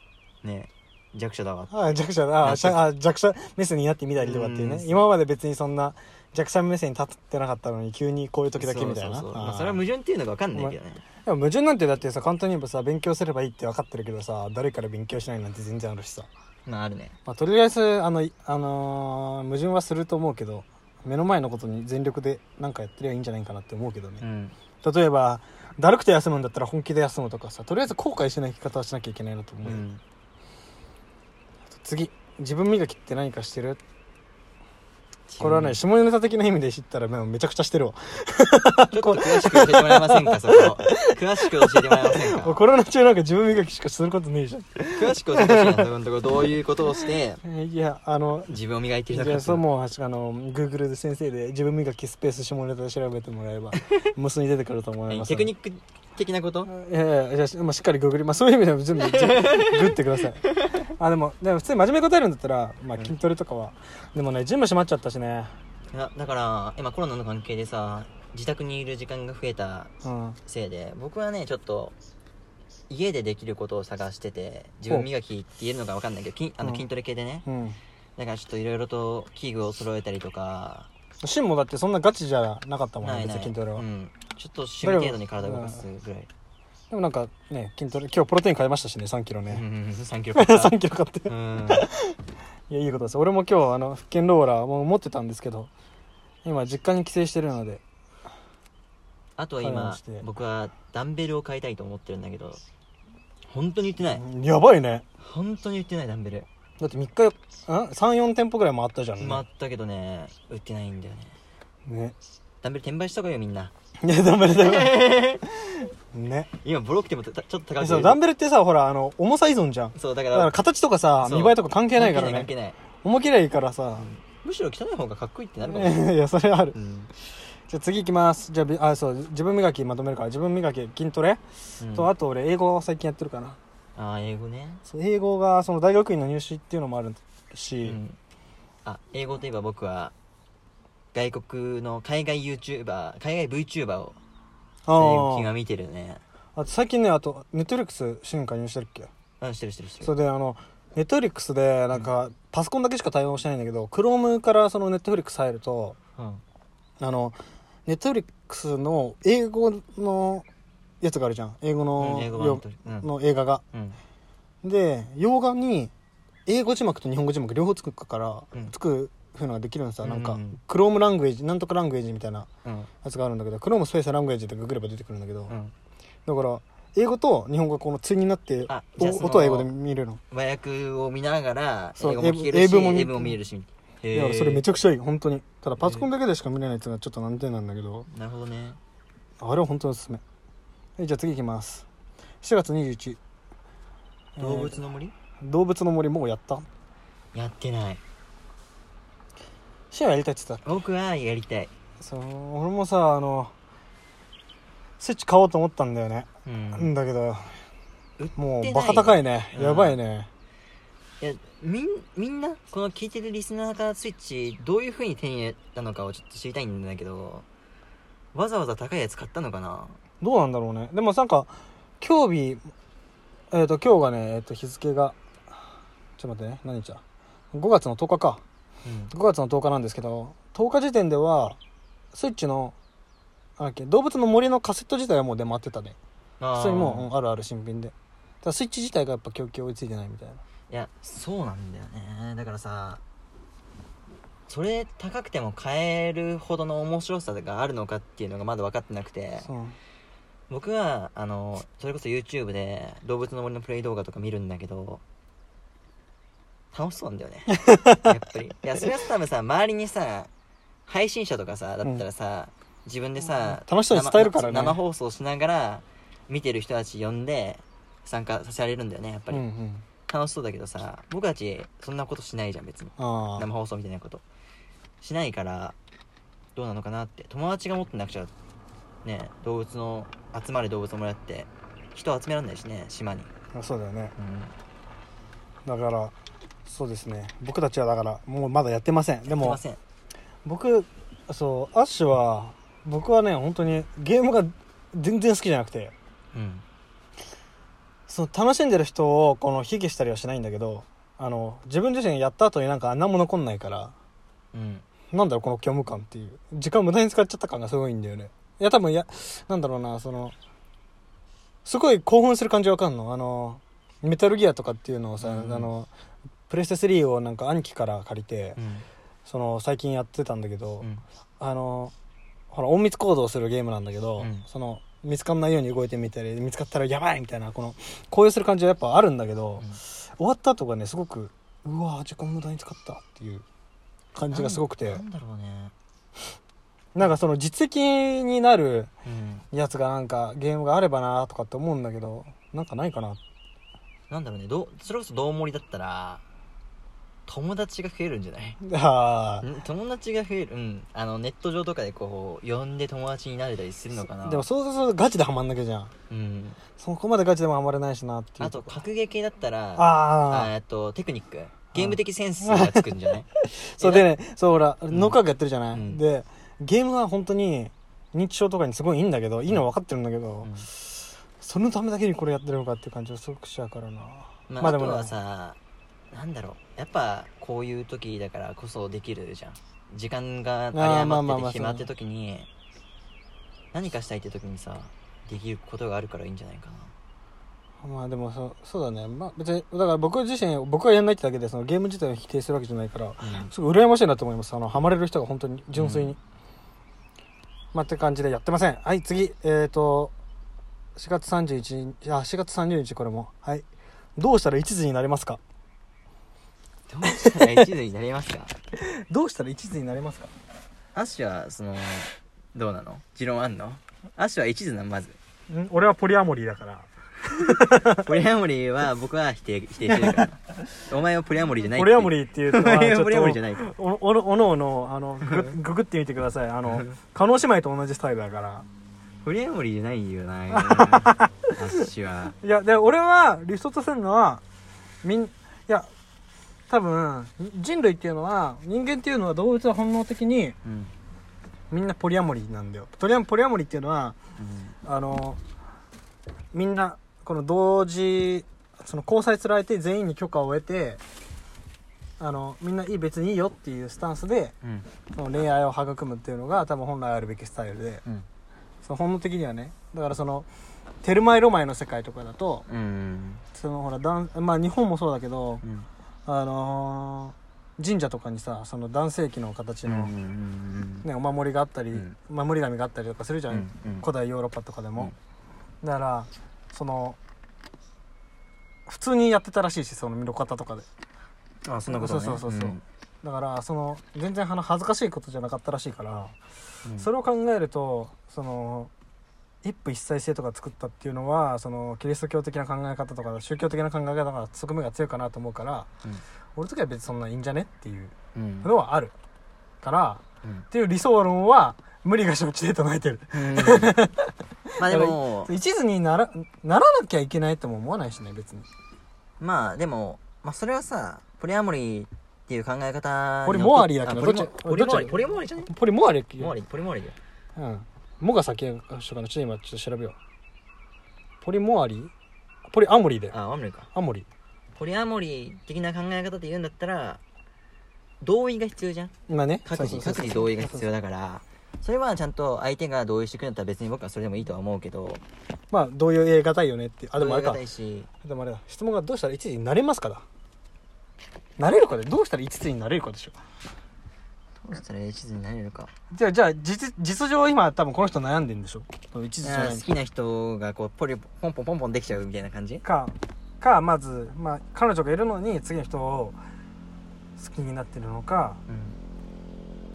[SPEAKER 2] ね弱者だわ
[SPEAKER 1] あ弱者だ
[SPEAKER 2] な
[SPEAKER 1] あ
[SPEAKER 2] ん
[SPEAKER 1] しゃあ弱者目線になってみたりとかっていう
[SPEAKER 2] う
[SPEAKER 1] ね
[SPEAKER 2] ん
[SPEAKER 1] 今まで別にそんな弱者目線に立ってなかったのに急にこういう時だけみたいな
[SPEAKER 2] そうそうそうま
[SPEAKER 1] あ
[SPEAKER 2] あ
[SPEAKER 1] ー
[SPEAKER 2] それは矛盾っていうのが分かんないけどね
[SPEAKER 1] でも矛盾なんてだってさ簡単に言えばさ勉強すればいいって分かってるけどさ誰から勉強しないなんて全然あるしさ、
[SPEAKER 2] まああるね
[SPEAKER 1] まあ、とりあえずあの、いあのー矛盾はすると思うけど目の前のことに全力でなんかやってりゃいいんじゃないかなって思うけど
[SPEAKER 2] う
[SPEAKER 1] ね、
[SPEAKER 2] ん
[SPEAKER 1] 例えばだるくて休むんだったら本気で休むとかさとりあえず後悔しない生き方はしなきゃいけないなと思
[SPEAKER 2] う
[SPEAKER 1] う、よ
[SPEAKER 2] ん
[SPEAKER 1] 次自分磨きって何かしてるこれはね下ネタ的な意味で知ったらもうめちゃくちゃしてるわ
[SPEAKER 2] ちょっと詳しく教えてもらえませんかそこ
[SPEAKER 1] [laughs]
[SPEAKER 2] 詳しく教えてもらえませんか
[SPEAKER 1] コロナ中なんか自分磨きしかすることねえじゃん
[SPEAKER 2] 詳しく教えてほしいなそこのところどういうことをして
[SPEAKER 1] えいやあの
[SPEAKER 2] 自分を磨いて
[SPEAKER 1] い
[SPEAKER 2] るのか
[SPEAKER 1] や
[SPEAKER 2] って
[SPEAKER 1] そうもうあの Google で先生で自分磨きスペース下ネタで調べても
[SPEAKER 2] [laughs]
[SPEAKER 1] らえば無数に出てくると思います
[SPEAKER 2] テクニック的なこと
[SPEAKER 1] いやいやじゃあ、まあ、しっかりググり、まあ、そういう意味でも全部じ
[SPEAKER 2] [laughs]
[SPEAKER 1] グってくださいあでもでも普通に真面目に答えるんだったら、まあ、筋トレとかは、でもねジム閉まっちゃったしね
[SPEAKER 2] いやだから今コロナの関係でさ自宅にいる時間が増えた
[SPEAKER 1] うん
[SPEAKER 2] せいで僕はねちょっと家でできることを探してて自分磨きって言えるのか分かんないけど筋あ
[SPEAKER 1] う
[SPEAKER 2] の
[SPEAKER 1] ん
[SPEAKER 2] 筋トレ系でね
[SPEAKER 1] うん
[SPEAKER 2] だからちょっといろいろと器具を揃えたりとか
[SPEAKER 1] シンもだってそんなガチじゃなかったもんね
[SPEAKER 2] ないな
[SPEAKER 1] 別
[SPEAKER 2] い
[SPEAKER 1] に筋トレは、
[SPEAKER 2] うんちょっと趣味程度に体を動かすぐらい
[SPEAKER 1] でもなんかね筋トレ今日プロテイン買いましたしね3キロ
[SPEAKER 2] うん
[SPEAKER 1] ね、
[SPEAKER 2] うんうん3キロ
[SPEAKER 1] 3キロ買って
[SPEAKER 2] うん
[SPEAKER 1] いやいいことです俺も今日あの腹筋ローラーも持ってたんですけど今実家に帰省してるので
[SPEAKER 2] あとは
[SPEAKER 1] 買い物
[SPEAKER 2] 今
[SPEAKER 1] して
[SPEAKER 2] 僕はダンベルを買いたいと思ってるんだけど本当に売ってない
[SPEAKER 1] やばいね
[SPEAKER 2] 本当に売ってないダンベル
[SPEAKER 1] だって3日34店舗ぐらい回ったじゃんね,、
[SPEAKER 2] 回ったけどね売ってないんだよね
[SPEAKER 1] ね
[SPEAKER 2] ダンベル転売した方がいいよみんない
[SPEAKER 1] やダンベルダンベル
[SPEAKER 2] [laughs]
[SPEAKER 1] ね
[SPEAKER 2] 今ボロくてもたちょっと高くて
[SPEAKER 1] そうダンベルってさほらあの重さ依存じゃん
[SPEAKER 2] そうだか
[SPEAKER 1] だからら形とかさ
[SPEAKER 2] そう
[SPEAKER 1] 見栄えとか関係ないから
[SPEAKER 2] 関係
[SPEAKER 1] ね
[SPEAKER 2] ない関係
[SPEAKER 1] 重けりゃいいからさ、
[SPEAKER 2] ないむしろ汚い方がかっこいいってなるかも、
[SPEAKER 1] [laughs] いやそれある、
[SPEAKER 2] うん
[SPEAKER 1] じゃあ次いきますじゃあびあそう自分磨きまとめるから自分磨き筋トレ、
[SPEAKER 2] うん
[SPEAKER 1] とあと俺英語最近やってるかな
[SPEAKER 2] あー英語ね、
[SPEAKER 1] そう英語がその大学院の入試っていうのもある
[SPEAKER 2] う
[SPEAKER 1] し、
[SPEAKER 2] ん、あ英語といえば僕は外国の海外 YouTuber 海外 VTuber を
[SPEAKER 1] あー
[SPEAKER 2] 最近は見てるね
[SPEAKER 1] あと最近ねあとネットフリックス新加入してるっけ
[SPEAKER 2] うんしてるしてるして
[SPEAKER 1] そ
[SPEAKER 2] る
[SPEAKER 1] れであのネットフリックスでなんかパソコンだけしか対応してないんだけど Chrome からそのネットフリックス入ると
[SPEAKER 2] うん
[SPEAKER 1] あのネットフリックスの英語のやつがあるじゃん英語の,
[SPEAKER 2] うん英
[SPEAKER 1] よ、
[SPEAKER 2] 語版とうん
[SPEAKER 1] の映画が
[SPEAKER 2] うん
[SPEAKER 1] で洋画に英語字幕と日本語字幕両方つくから、
[SPEAKER 2] うん
[SPEAKER 1] つくふうのができるんですよなんか、
[SPEAKER 2] うんうん
[SPEAKER 1] Chrome ラングエージなんとかラングエージみたいな
[SPEAKER 2] うん
[SPEAKER 1] やつがあるんだけど Chrome スペースラングエージってググれば出てくるんだけど、
[SPEAKER 2] うん
[SPEAKER 1] だから英語と日本語がこの対になって
[SPEAKER 2] あ
[SPEAKER 1] お
[SPEAKER 2] じゃあその
[SPEAKER 1] 音は英語で見れるの
[SPEAKER 2] 和訳を見ながら
[SPEAKER 1] そう
[SPEAKER 2] 英語も聞けるし
[SPEAKER 1] 英
[SPEAKER 2] 英
[SPEAKER 1] 文
[SPEAKER 2] 文
[SPEAKER 1] も
[SPEAKER 2] も
[SPEAKER 1] 見
[SPEAKER 2] 見えるし
[SPEAKER 1] い
[SPEAKER 2] へ
[SPEAKER 1] や
[SPEAKER 2] ー
[SPEAKER 1] それめちゃくちゃいい本当にただパソコンだけでしか見れないっていうのはちょっと難点なんだけど
[SPEAKER 2] なるほどね
[SPEAKER 1] あれは本当におすすめはいじゃあ次いきます4月21えー
[SPEAKER 2] 動物の森、
[SPEAKER 1] 動物の森もうやった
[SPEAKER 2] やってない
[SPEAKER 1] シェアやりたいって言って
[SPEAKER 2] 僕はやりたい、
[SPEAKER 1] たそう俺もさあのスイッチ買おうと思ったんだよね、
[SPEAKER 2] うん
[SPEAKER 1] ん、だけど
[SPEAKER 2] 売ってない
[SPEAKER 1] もうバカ高いね
[SPEAKER 2] うん
[SPEAKER 1] やばいね、
[SPEAKER 2] いやみんみんなこの聞いてるリスナーからスイッチどういう風に手に入れたのかをちょっと知りたいんだけどわざわざ高いやつ買ったのかな
[SPEAKER 1] どうなんだろうねでもなんか今日日えっ、と今日がね、えー、と日付がちょっと待ってね何日だ5月の10日か
[SPEAKER 2] うん
[SPEAKER 1] 5月の10日なんですけど10日時点ではスイッチのあれっけ動物の森のカセット自体はもう出回ってたね
[SPEAKER 2] あー
[SPEAKER 1] 普通にもううんあるある新品でただスイッチ自体がやっぱ供給追いついてないみたいない
[SPEAKER 2] やそうなんだよねだからさそれ高くても買えるほどの面白さがあるのかっていうのがまだ分かってなくて
[SPEAKER 1] そう
[SPEAKER 2] 僕はあのそれこそ YouTube で動物の森のプレイ動画とか見るんだけど楽しそうなんだ
[SPEAKER 1] [laughs]
[SPEAKER 2] よねやっぱりいやそれは多分さ周りにさ配信者とかさだったらさ、自分でさ
[SPEAKER 1] 楽しそうに伝えるからね
[SPEAKER 2] 生生放送しながら見てる人たち呼んで参加させられるんだよねやっぱ
[SPEAKER 1] うん
[SPEAKER 2] り、
[SPEAKER 1] うん
[SPEAKER 2] 楽しそうだけどさ僕たちそんなことしないじゃん別に
[SPEAKER 1] あ
[SPEAKER 2] 生放送みたいなことしないからどうなのかなって友達が持ってなくちゃね動物の集まる動物をもらって人集めらんないしね島に、
[SPEAKER 1] あそうだよね
[SPEAKER 2] うん、
[SPEAKER 1] だからそうですね僕たちはだからもうまだやってませんで
[SPEAKER 2] でき
[SPEAKER 1] も
[SPEAKER 2] ません
[SPEAKER 1] 僕そうアッシュは僕はね本当にゲームが全然好きじゃなくて
[SPEAKER 2] うん
[SPEAKER 1] その楽しんでる人をこの卑下したりはしないんだけどあの自分自身やった後になんか何も残んないから
[SPEAKER 2] うん
[SPEAKER 1] なんだろうこの虚無感っていう時間無駄に使っちゃった感がすごいんだよねいや多分いやなんだろうなそのすごい興奮する感じわかんのあのメタルギアとかっていうのをさ、
[SPEAKER 2] うん
[SPEAKER 1] あのプレステ3をなんか兄貴から借りて、
[SPEAKER 2] うん
[SPEAKER 1] その最近やってたんだけど、
[SPEAKER 2] うん
[SPEAKER 1] あのほら隠密行動するゲームなんだけど、
[SPEAKER 2] うん
[SPEAKER 1] その見つかんないように動いてみたり見つかったらやばいみたいなこの高揚する感じはやっぱあるんだけど、終わった後がねすごくうわー時間無駄に使ったっていう感じがすごくて
[SPEAKER 2] なんだろうね
[SPEAKER 1] なんかその実績になる
[SPEAKER 2] うん
[SPEAKER 1] やつがなんかゲームがあればなとかって思うんだけどなんかないかな
[SPEAKER 2] なんだろうねどうそれこそ道盛りだったら友達が増えるんじゃない
[SPEAKER 1] あー
[SPEAKER 2] ん友達が増えるうんあのネット上とかでこう呼んで友達になれたりするのかな
[SPEAKER 1] でもそうするとガチでハマんなきゃじゃん
[SPEAKER 2] うん
[SPEAKER 1] そこまでガチでもハマれないしなっていう
[SPEAKER 2] あと格ゲー系だったらあ
[SPEAKER 1] ああ
[SPEAKER 2] ーえっとテクニックゲーム的センスがつくんじゃない
[SPEAKER 1] [laughs] そうでねそうほら
[SPEAKER 2] ん
[SPEAKER 1] 脳科学やってるじゃない、
[SPEAKER 2] うん
[SPEAKER 1] でゲームは本当に認知症とかにすごいいいんだけどいいのは分かってるんだけど、
[SPEAKER 2] うん
[SPEAKER 1] そのためだけにこれやってるのかっていう感じがすごくしちゃうからな
[SPEAKER 2] ま
[SPEAKER 1] ま
[SPEAKER 2] あ、
[SPEAKER 1] あ
[SPEAKER 2] あ
[SPEAKER 1] で
[SPEAKER 2] と
[SPEAKER 1] もね
[SPEAKER 2] はさなんだろうやっぱこういう時だからこそできるじゃん時間が有り
[SPEAKER 1] あーまあまあ
[SPEAKER 2] 余
[SPEAKER 1] ま
[SPEAKER 2] っ
[SPEAKER 1] あ
[SPEAKER 2] てて暇って時に何かしたいって時にさできることがあるからいいんじゃないかな
[SPEAKER 1] まあでもそそうだねまあ別にだから僕自身僕がやんないってだけでそのゲーム自体を否定するわけじゃないから
[SPEAKER 2] うん
[SPEAKER 1] すごい羨ましいなと思いますあのハマれる人が本当に純粋に、
[SPEAKER 2] うん
[SPEAKER 1] まあって感じでやってませんはい次えっ、ー、と4月31日あ4月30日これもはいどうしたら一途になれますか
[SPEAKER 2] どうしたら一途になりますか [laughs]
[SPEAKER 1] どうしたら一途になれますか
[SPEAKER 2] アッシュはそのどうなの持論あんのアッシュは一途なの
[SPEAKER 1] [laughs]
[SPEAKER 2] まず
[SPEAKER 1] ん俺はポリアモリーだから
[SPEAKER 2] ポリアモリーは僕は否定否定してるからお前はポリアモリーじゃな
[SPEAKER 1] [laughs]
[SPEAKER 2] い
[SPEAKER 1] ポリアモリーって
[SPEAKER 2] [laughs]
[SPEAKER 1] いうのはちょっと
[SPEAKER 2] ポリアモリーじゃないか
[SPEAKER 1] おおのおのおのあのググググってみてくださいあ
[SPEAKER 2] [laughs]
[SPEAKER 1] の叶姉妹と同じスタイルだから
[SPEAKER 2] フレームリーじゃないよなアッシュはい
[SPEAKER 1] やで俺は理想とするのはみんいや多分人類っていうのは人間っていうのは動物は本能的に
[SPEAKER 2] うん
[SPEAKER 1] みんなポリアモリーなんだよポリアポリアモリーっていうのはあのみんなこの同時その交際する相手全員に許可を得てあのみんないい別にいいよっていうスタンスで
[SPEAKER 2] うんうん
[SPEAKER 1] その恋愛を育むっていうのが多分本来あるべきスタイルで
[SPEAKER 2] うん
[SPEAKER 1] その本能的にはねだからそのテルマエロマエの世界とかだと
[SPEAKER 2] うん
[SPEAKER 1] そのほら男まあ日本もそうだけど
[SPEAKER 2] う、ん
[SPEAKER 1] あのー神社とかにさその男性器の形の、
[SPEAKER 2] うん
[SPEAKER 1] ね、お守りがあったり、
[SPEAKER 2] うん
[SPEAKER 1] 守り神があったりとかするじゃん、
[SPEAKER 2] うんうん
[SPEAKER 1] 古代ヨーロッパとかでも、だからその普通にやってたらしいしその見の方とかで
[SPEAKER 2] あそんなことね
[SPEAKER 1] そうそうそうそうだからその全然あの恥ずかしいことじゃなかったらしいから、
[SPEAKER 2] うん
[SPEAKER 1] それを考えるとその一夫一妻制とか作ったっていうのはそのキリスト教的な考え方とか宗教的な考え方が側面が強いかなと思うから、
[SPEAKER 2] うん
[SPEAKER 1] 俺とかは別にそんないいんじゃねっていう
[SPEAKER 2] うん
[SPEAKER 1] のはあるから
[SPEAKER 2] うん
[SPEAKER 1] っていう理想論は無理が承知で唱えてる
[SPEAKER 2] うんまあでも
[SPEAKER 1] 一途にならならなきゃいけないとも思わないしね別に
[SPEAKER 2] まあでもまあそれはさポリアモリーっていう考え方
[SPEAKER 1] ポリモアリーだけ
[SPEAKER 2] け
[SPEAKER 1] ど
[SPEAKER 2] ど
[SPEAKER 1] どっち
[SPEAKER 2] ポリモ
[SPEAKER 1] どっ
[SPEAKER 2] ア
[SPEAKER 1] ち
[SPEAKER 2] リーポリモアリーじゃね
[SPEAKER 1] ポリモアリ
[SPEAKER 2] モアリーポリモアリーだよ
[SPEAKER 1] うんモが先やしょうかなちょっと今ちょっと調べようポリモアリポリアモリで
[SPEAKER 2] あアモリーか
[SPEAKER 1] アモリ
[SPEAKER 2] ポリアモリー的な考え方で言うんだったら同意が必要じゃん
[SPEAKER 1] 今ね
[SPEAKER 2] 各自各自同意が必要だからそれはちゃんと相手が同意してくれたら別に僕はそれでもいいとは思うけど
[SPEAKER 1] まあ同様 A 型いよねってあでもあれ
[SPEAKER 2] 同意が
[SPEAKER 1] か
[SPEAKER 2] ないし
[SPEAKER 1] でもあれだ質問がどうしたら一時になれますかだなれるかでどうしたら一つになれるかでしょ
[SPEAKER 2] どうしたら一途になれるか
[SPEAKER 1] じゃあじゃあ実実情今多分この人悩んでんでしょその一途じゃ
[SPEAKER 2] あ
[SPEAKER 1] な
[SPEAKER 2] ー
[SPEAKER 1] い
[SPEAKER 2] 好きな人がこうポリポンポンポンポンできちゃうみたいな感じ
[SPEAKER 1] かかまず、まあ、彼女がいるのに次の人を好きになってるのか、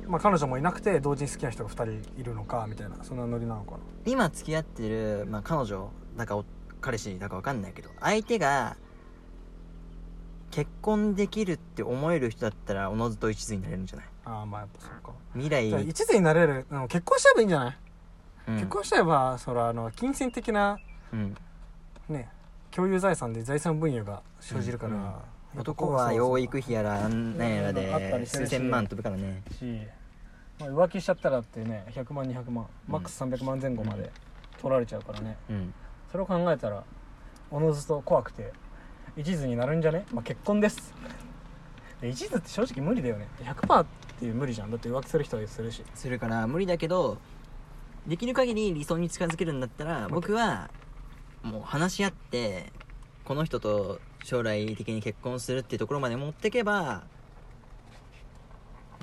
[SPEAKER 2] うん
[SPEAKER 1] まあ、彼女もいなくて同時に好きな人が2人いるのかみたいなそんなノリなのかな
[SPEAKER 2] 今付き合ってる、まあ、彼女だかお彼氏だかわかんないけど相手が結婚できるって思える人だったらおのずと一途になれるんじゃない
[SPEAKER 1] ああまあやっぱそうか
[SPEAKER 2] 未来、
[SPEAKER 1] じゃあ一途になれるうん結婚しちゃえばいいんじゃない、
[SPEAKER 2] うん
[SPEAKER 1] 結婚しちゃえばそらあの金銭的な
[SPEAKER 2] うん
[SPEAKER 1] ね共有財産で財産分与が生じるから、
[SPEAKER 2] うん
[SPEAKER 1] やっぱ
[SPEAKER 2] 男は養育費やらなんやら
[SPEAKER 1] あった
[SPEAKER 2] で
[SPEAKER 1] りする
[SPEAKER 2] 数
[SPEAKER 1] し
[SPEAKER 2] 千万飛ぶからね
[SPEAKER 1] し、まあ、浮気しちゃったらってね100万200万マックス300万前後まで取られちゃうからね、
[SPEAKER 2] うん
[SPEAKER 1] それを考えたらおのずと怖くて一途になるんじゃね、まあ、結婚ですで一途って正直無理だよね100%っていう無理じゃんだって浮気する人はするし
[SPEAKER 2] するから無理だけどできる限り理想に近づけるんだったら僕はもう話し合ってこの人と将来的に結婚するっていうところまで持ってけば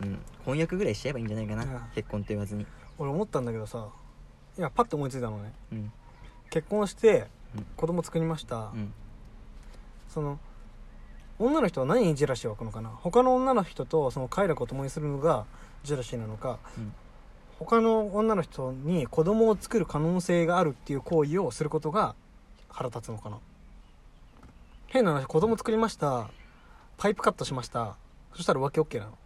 [SPEAKER 2] うん婚約ぐらいしちゃえばいいんじゃないかな、
[SPEAKER 1] うん
[SPEAKER 2] 結婚と言わずに
[SPEAKER 1] 俺思ったんだけどさ今パッと思いついたのね
[SPEAKER 2] うん
[SPEAKER 1] 結婚して
[SPEAKER 2] うん
[SPEAKER 1] 子供作りました、
[SPEAKER 2] うん
[SPEAKER 1] その女の人は何にジェラシーを湧くのかな他の女の人とその快楽を共にするのがジェラシーなのか、
[SPEAKER 2] うん
[SPEAKER 1] 他の女の人に子供を作る可能性があるっていう行為をすることが腹立つのかな変な話子供作りましたパイプカットしましたそしたら浮気 OK なの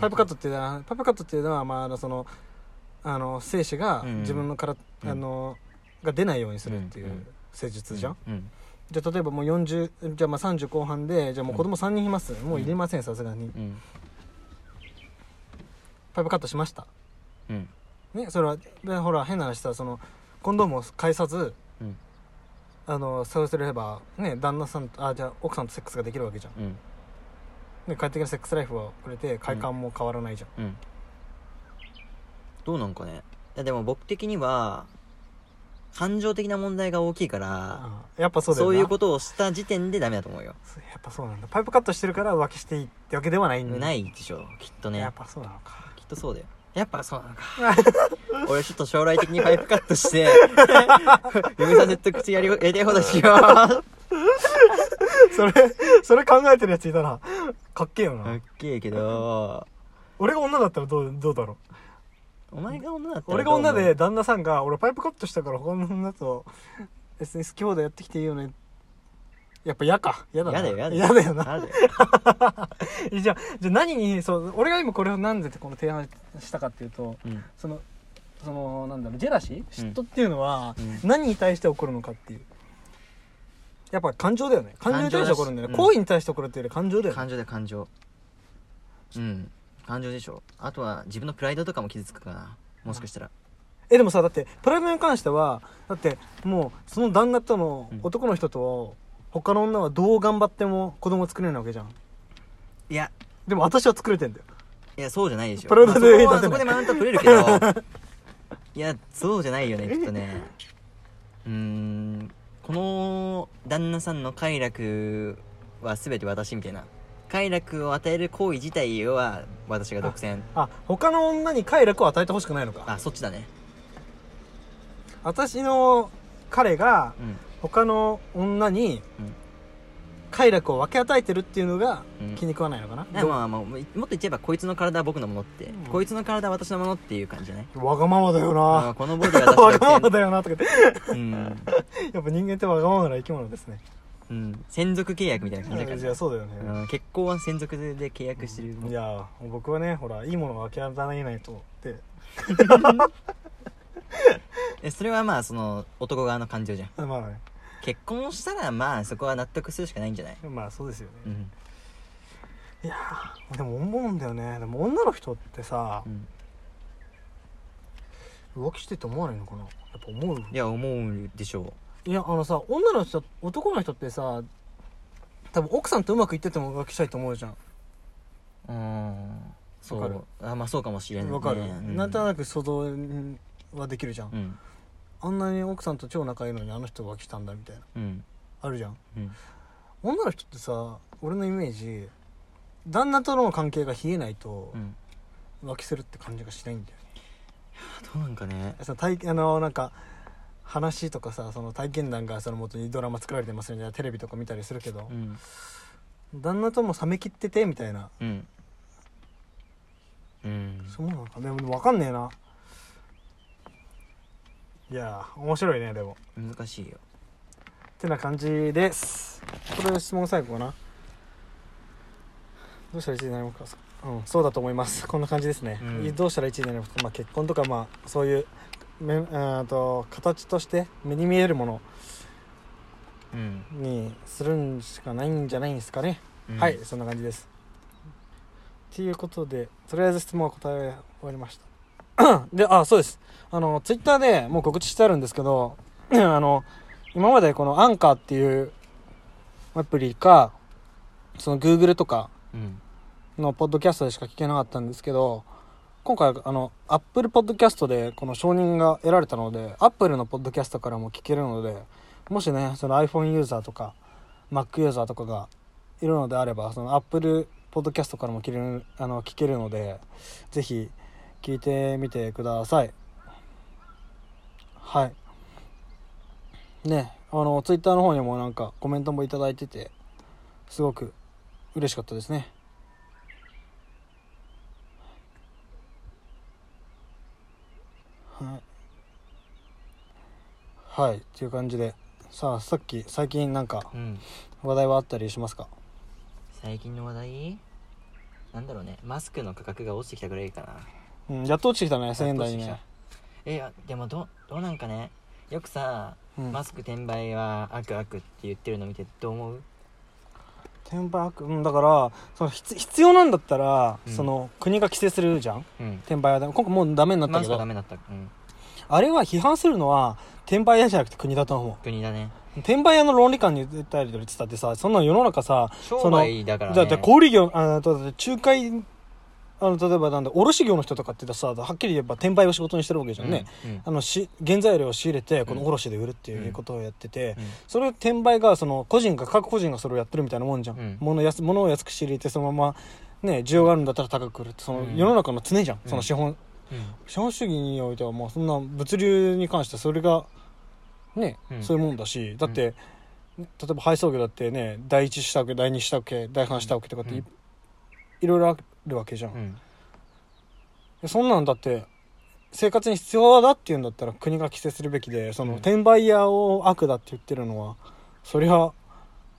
[SPEAKER 1] パイプカットっていうのはパイプカットっていうのはまああのそのあの精子が
[SPEAKER 2] うん
[SPEAKER 1] 自分のから、
[SPEAKER 2] うん
[SPEAKER 1] あのが出ないようにするっていううん施術じゃん、
[SPEAKER 2] うん
[SPEAKER 1] じゃあ例えばもう40じゃあまあ30後半でじゃあもう子供3人います、もういりませんさすがに
[SPEAKER 2] うん
[SPEAKER 1] パイプカットしました
[SPEAKER 2] うん
[SPEAKER 1] ねそれはでほら変な話さそのコンドームを返さず
[SPEAKER 2] うん
[SPEAKER 1] あのそうすればね旦那さんとあじゃあ奥さんとセックスができるわけじゃん、
[SPEAKER 2] うん
[SPEAKER 1] ね、快適なセックスライフをくれて快感も変わらないじゃん、
[SPEAKER 2] うんどうなんかねいやでも僕的には感情的な問題が大きいから
[SPEAKER 1] あやっぱそうだよ
[SPEAKER 2] そう
[SPEAKER 1] な
[SPEAKER 2] いうことをした時点でダメだと思うよ
[SPEAKER 1] そうやっぱそうなんだパイプカットしてるから浮気していいってわけではないんだ
[SPEAKER 2] ないでしょきっと
[SPEAKER 1] や
[SPEAKER 2] ね
[SPEAKER 1] っぱそうなのか
[SPEAKER 2] きっとそうだよやっぱそうなのか [laughs] 俺ちょっと将来的にパイプカットして嫁さんと口やりやりたいことしようか
[SPEAKER 1] それそれ考えてるやついたらかっけえよな、
[SPEAKER 2] っけえけど
[SPEAKER 1] 俺が女だったらどうどうだろう
[SPEAKER 2] お前が女だったら
[SPEAKER 1] 俺
[SPEAKER 2] ど
[SPEAKER 1] が
[SPEAKER 2] う思う
[SPEAKER 1] 女で旦那さんが俺パイプカットしたから他の女と別に好き放題やってきていいよねやっぱ嫌か嫌だな
[SPEAKER 2] やだよやだよ
[SPEAKER 1] 嫌だよな
[SPEAKER 2] やだよ
[SPEAKER 1] じゃあじゃあ何にそう俺が今これをなんでってこの提案したかっていうと
[SPEAKER 2] うん
[SPEAKER 1] そのそのなんだろうジェラシー嫉妬っていうのは何に対して起こるのかっていうやっぱ感情だよね感情に対して起こるんだよね
[SPEAKER 2] 感情だし
[SPEAKER 1] 行為に対して起こるっていうより感情だよね
[SPEAKER 2] 感情だよ感情うん感情でしょあとは自分のプライドとかも傷つくかなもしかしたら
[SPEAKER 1] えでもさだってプライベートに関してはだってもうその旦那との
[SPEAKER 2] うん
[SPEAKER 1] 男の人と他の女はどう頑張っても子供作れないわけじゃん
[SPEAKER 2] いや
[SPEAKER 1] でも私は作れてんだよ
[SPEAKER 2] いやそうじゃないでしょ
[SPEAKER 1] プライドで
[SPEAKER 2] まあそこは
[SPEAKER 1] 立てない
[SPEAKER 2] そこでマウント取れるけど [laughs] いやそうじゃないよねきっとねうーんこの旦那さんの快楽は全て私みたいな快楽を与える行為自体は私が独占
[SPEAKER 1] あ他の女に快楽を与えてほしくないのか
[SPEAKER 2] あそっちだね
[SPEAKER 1] 私の彼が
[SPEAKER 2] うん
[SPEAKER 1] 他の女に
[SPEAKER 2] うん
[SPEAKER 1] 快楽を分け与えてるっていうのが
[SPEAKER 2] うん
[SPEAKER 1] 気に食わないのかな、
[SPEAKER 2] だからまあまあもっと言っちゃえばこいつの体は僕のものって、
[SPEAKER 1] ん
[SPEAKER 2] こいつの体は私のものっていう感じじゃない
[SPEAKER 1] わがままだよ
[SPEAKER 2] ま
[SPEAKER 1] な
[SPEAKER 2] あこのボディ
[SPEAKER 1] [laughs]
[SPEAKER 2] は
[SPEAKER 1] わ
[SPEAKER 2] 私
[SPEAKER 1] がま
[SPEAKER 2] が独
[SPEAKER 1] ま
[SPEAKER 2] 占
[SPEAKER 1] だよなとか言って
[SPEAKER 2] うん、
[SPEAKER 1] やっぱ人間ってわがままな生き物ですね
[SPEAKER 2] うん、専属契約みたいな感じだ
[SPEAKER 1] い
[SPEAKER 2] か
[SPEAKER 1] やそうだよね、
[SPEAKER 2] ら、うん、結婚は専属で契約してるもん
[SPEAKER 1] いやー僕はねほらいいものを分け与えないとって
[SPEAKER 2] えそれはまあその男側の感情じゃん
[SPEAKER 1] まあね
[SPEAKER 2] 結婚をしたらまあそこは納得するしかないんじゃない
[SPEAKER 1] まあそうですよね、
[SPEAKER 2] うん、
[SPEAKER 1] いやーでも思うんだよねでも女の人ってさ
[SPEAKER 2] うん、
[SPEAKER 1] 浮気してって思わないのかなやっぱ思う
[SPEAKER 2] いや思うでしょ
[SPEAKER 1] いやあのさ女の人男の人ってさ多分奥さんとうまくいってても浮気したいと思うじゃん
[SPEAKER 2] ううんそ
[SPEAKER 1] わかる
[SPEAKER 2] うあまあそうかもしれないね
[SPEAKER 1] わかる、
[SPEAKER 2] うん、
[SPEAKER 1] なんとなく想像はできるじゃん、
[SPEAKER 2] うん
[SPEAKER 1] あんなに奥さんと超仲いいのにあの人が来たんだみたいな
[SPEAKER 2] うん
[SPEAKER 1] あるじゃん
[SPEAKER 2] うん
[SPEAKER 1] 女の人ってさ俺のイメージ旦那との関係が冷えないと
[SPEAKER 2] うん
[SPEAKER 1] 浮気するって感じがしないんだよ、
[SPEAKER 2] あどうなんかね
[SPEAKER 1] その体あのなんか話とかさその体験談がその元にドラマ作られてますみたいなテレビとか見たりするけど
[SPEAKER 2] う、ん
[SPEAKER 1] 旦那とも冷め切っててみたいな
[SPEAKER 2] うんうん
[SPEAKER 1] そうなのかでも分かんねえないやー面白いねでも
[SPEAKER 2] 難しいよ
[SPEAKER 1] ってな感じですこれ質問最後かなどうしたら1位になりますかうんそうだと思いますこんな感じですね、
[SPEAKER 2] うん
[SPEAKER 1] どうしたら1位になりますか、まあ、結婚とかまあそういうめうんと形として目に見えるもの
[SPEAKER 2] うん、
[SPEAKER 1] にするんしかないんじゃないんですかね、
[SPEAKER 2] うん
[SPEAKER 1] はいそんな感じですということでとりあえず質問は答え終わりました [clears throat] であそうですあのツイッターでもう告知してあるんですけど [clears throat] あの今までこのアンカーっていうアプリかその Google とか
[SPEAKER 2] うん
[SPEAKER 1] のポッドキャストでしか聞けなかったんですけど今回あの Apple ポッドキャストでこの承認が得られたので Apple のポッドキャストからも聞けるのでもしねその iPhone ユーザーとか Mac ユーザーとかがいるのであればその Apple ポッドキャストからも聞けるあの聞けるのでぜひ聞いてみてくださいはいねあの Twitter の方にもなんかコメントもいただいててすごく嬉しかったですねはい。はい、っていう感じで。さあ、さっき、最近なんか
[SPEAKER 2] うん、
[SPEAKER 1] 話題はあったりしますか
[SPEAKER 2] 最近の話題なんだろうねマスクの価格が落ちてきたぐらいかな
[SPEAKER 1] うん、やっと落ちてきたね、1000円台にね。
[SPEAKER 2] えあでもどどうなんかねよくさ、
[SPEAKER 1] うん
[SPEAKER 2] マスク転売は悪悪って言ってるの見てどう思う
[SPEAKER 1] 転売悪、うん、だから、その必必要なんだったら、
[SPEAKER 2] うん
[SPEAKER 1] その国が規制するじゃん
[SPEAKER 2] うん
[SPEAKER 1] 転売はダメ今回もうダメになった
[SPEAKER 2] マ
[SPEAKER 1] け
[SPEAKER 2] スクは
[SPEAKER 1] ど
[SPEAKER 2] ダ、メだった、うん、
[SPEAKER 1] あれは批判するのは転売屋じゃなくて国だと思
[SPEAKER 2] 国だね
[SPEAKER 1] う。転売屋の論理観に言ったりってたってさ、そんなの世の中さ、
[SPEAKER 2] 商売だからね
[SPEAKER 1] だって小売業あのだって仲介あの例えばなんだ卸業の人とかってさはっきり言えば転売を仕事にしてるわけじゃんね、
[SPEAKER 2] うんうん
[SPEAKER 1] あのし原材料を仕入れてこの
[SPEAKER 2] うん
[SPEAKER 1] 卸で売るっていうことをやってて、
[SPEAKER 2] うん
[SPEAKER 1] それを転売がその個人が各個人がそれをやってるみたいなもんじゃん、
[SPEAKER 2] うん
[SPEAKER 1] 物安物を安く仕入れてそのままね需要があるんだったら高く売るってその
[SPEAKER 2] うん
[SPEAKER 1] 世の中の常じゃん、
[SPEAKER 2] うん
[SPEAKER 1] その資本
[SPEAKER 2] うん
[SPEAKER 1] 資本主義においてはもうそんな物流に関してそれがね、
[SPEAKER 2] うん
[SPEAKER 1] そういうもんだしだって、例えば配送業だってね第一下請け第二下請け第三下請けとかってい,、
[SPEAKER 2] うん
[SPEAKER 1] ろいろあるわけじゃん、
[SPEAKER 2] うん
[SPEAKER 1] そんなんだって生活に必要だっていうんだったら国が規制するべきでその、
[SPEAKER 2] うん
[SPEAKER 1] 転売屋を悪だって言ってるのはそりゃ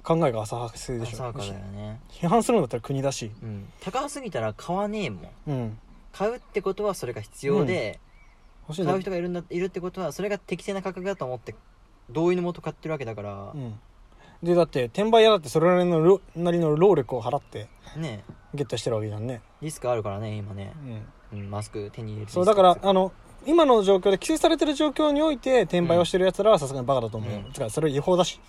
[SPEAKER 1] 考えが浅はかでし
[SPEAKER 2] 浅は
[SPEAKER 1] ょ
[SPEAKER 2] かだよね、
[SPEAKER 1] 批判するんだったら国だし
[SPEAKER 2] うん、高すぎたら買わねえもん
[SPEAKER 1] うん
[SPEAKER 2] 買うってことはそれが必要で、
[SPEAKER 1] 欲しいんだ
[SPEAKER 2] 買う人がいるんだいるってことはそれが適正な価格だと思って同意のもと買ってるわけだから
[SPEAKER 1] う、んでだって転売屋だってそれなりのろなりの労力を払って
[SPEAKER 2] ね
[SPEAKER 1] ゲットしてるわけじゃんね、
[SPEAKER 2] リスクあるからね今ね
[SPEAKER 1] う、ん、
[SPEAKER 2] うん、マスク手に入れる
[SPEAKER 1] そうだから
[SPEAKER 2] リスク
[SPEAKER 1] あの今の状況で規制されてる状況において転売をしてるやつらはさすがにバカだと思うよ、
[SPEAKER 2] うん
[SPEAKER 1] つかそれ違法だし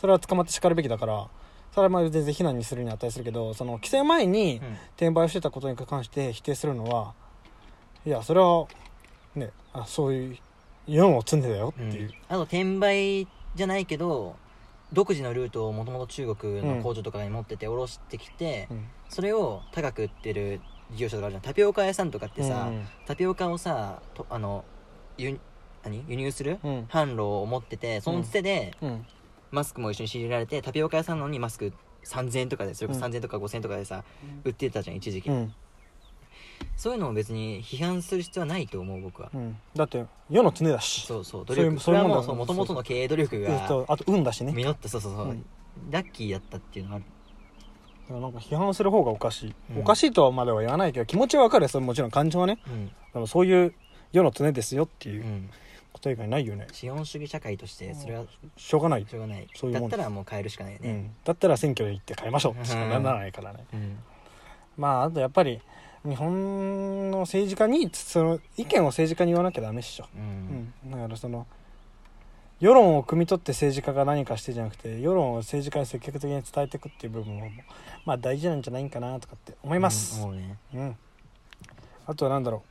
[SPEAKER 1] それは捕まって叱るべきだからそれはまあ全然非難にするに値するけどその規制前に
[SPEAKER 2] うん、うん
[SPEAKER 1] 転売をしてたことに関して否定するのはいやそれはねあそういう世を積んでたよっていう、
[SPEAKER 2] あと転売じゃないけど独自のルートをもともと中国の工場とかに持ってて卸してきて、
[SPEAKER 1] うん
[SPEAKER 2] それを高く売ってる事業者とかあるじゃんタピオカ屋さんとかってさ、
[SPEAKER 1] うん
[SPEAKER 2] タピオカをさとあの輸何輸入する、
[SPEAKER 1] うん
[SPEAKER 2] 販路を持っててそのつてで、
[SPEAKER 1] うん
[SPEAKER 2] マスクも一緒に仕入れられてタピオカ屋さんのにマスク3000円とかでそれこそ3000円とか5000円とかでさ、売ってたじゃん一時期、
[SPEAKER 1] うん
[SPEAKER 2] そういうのを別に批判する必要はないと思う僕は、
[SPEAKER 1] うんだって世の常だし
[SPEAKER 2] そうそう
[SPEAKER 1] そ
[SPEAKER 2] 努
[SPEAKER 1] ういう
[SPEAKER 2] 力
[SPEAKER 1] そ
[SPEAKER 2] そうれ
[SPEAKER 1] いう
[SPEAKER 2] は
[SPEAKER 1] もんだ
[SPEAKER 2] もうそう元々の経営努力
[SPEAKER 1] えっ
[SPEAKER 2] が
[SPEAKER 1] とあと運だしね
[SPEAKER 2] 実ってそうそうそう、
[SPEAKER 1] うん
[SPEAKER 2] ラッキーやったっていうのはある
[SPEAKER 1] なんか批判する方がおかしい、
[SPEAKER 2] うん
[SPEAKER 1] おかしいとはまでは言わないけど気持ちはわかるよそれもちろん感情はね
[SPEAKER 2] うん
[SPEAKER 1] でもそういう世の常ですよっていう
[SPEAKER 2] うん
[SPEAKER 1] 答え以外ないよね
[SPEAKER 2] 資本主義社会としてそれは
[SPEAKER 1] しょうがない
[SPEAKER 2] しょうがない
[SPEAKER 1] そういう
[SPEAKER 2] だ
[SPEAKER 1] も
[SPEAKER 2] っ
[SPEAKER 1] ん
[SPEAKER 2] た
[SPEAKER 1] です
[SPEAKER 2] らもう変えるしかないよ
[SPEAKER 1] う
[SPEAKER 2] ね
[SPEAKER 1] ん、だったら選挙で行って変えましょうしかならないからね、
[SPEAKER 2] うん
[SPEAKER 1] まああとやっぱり日本の政治家にその意見を政治家に言わなきゃダメっしょ、
[SPEAKER 2] う
[SPEAKER 1] うんんだからその世論を汲み取って政治家が何かしてじゃなくて世論を政治家に積極的に伝えていくっていう部分もまあ大事なんじゃないかなとかって思います、
[SPEAKER 2] うん思うね
[SPEAKER 1] うん、あとは何だろ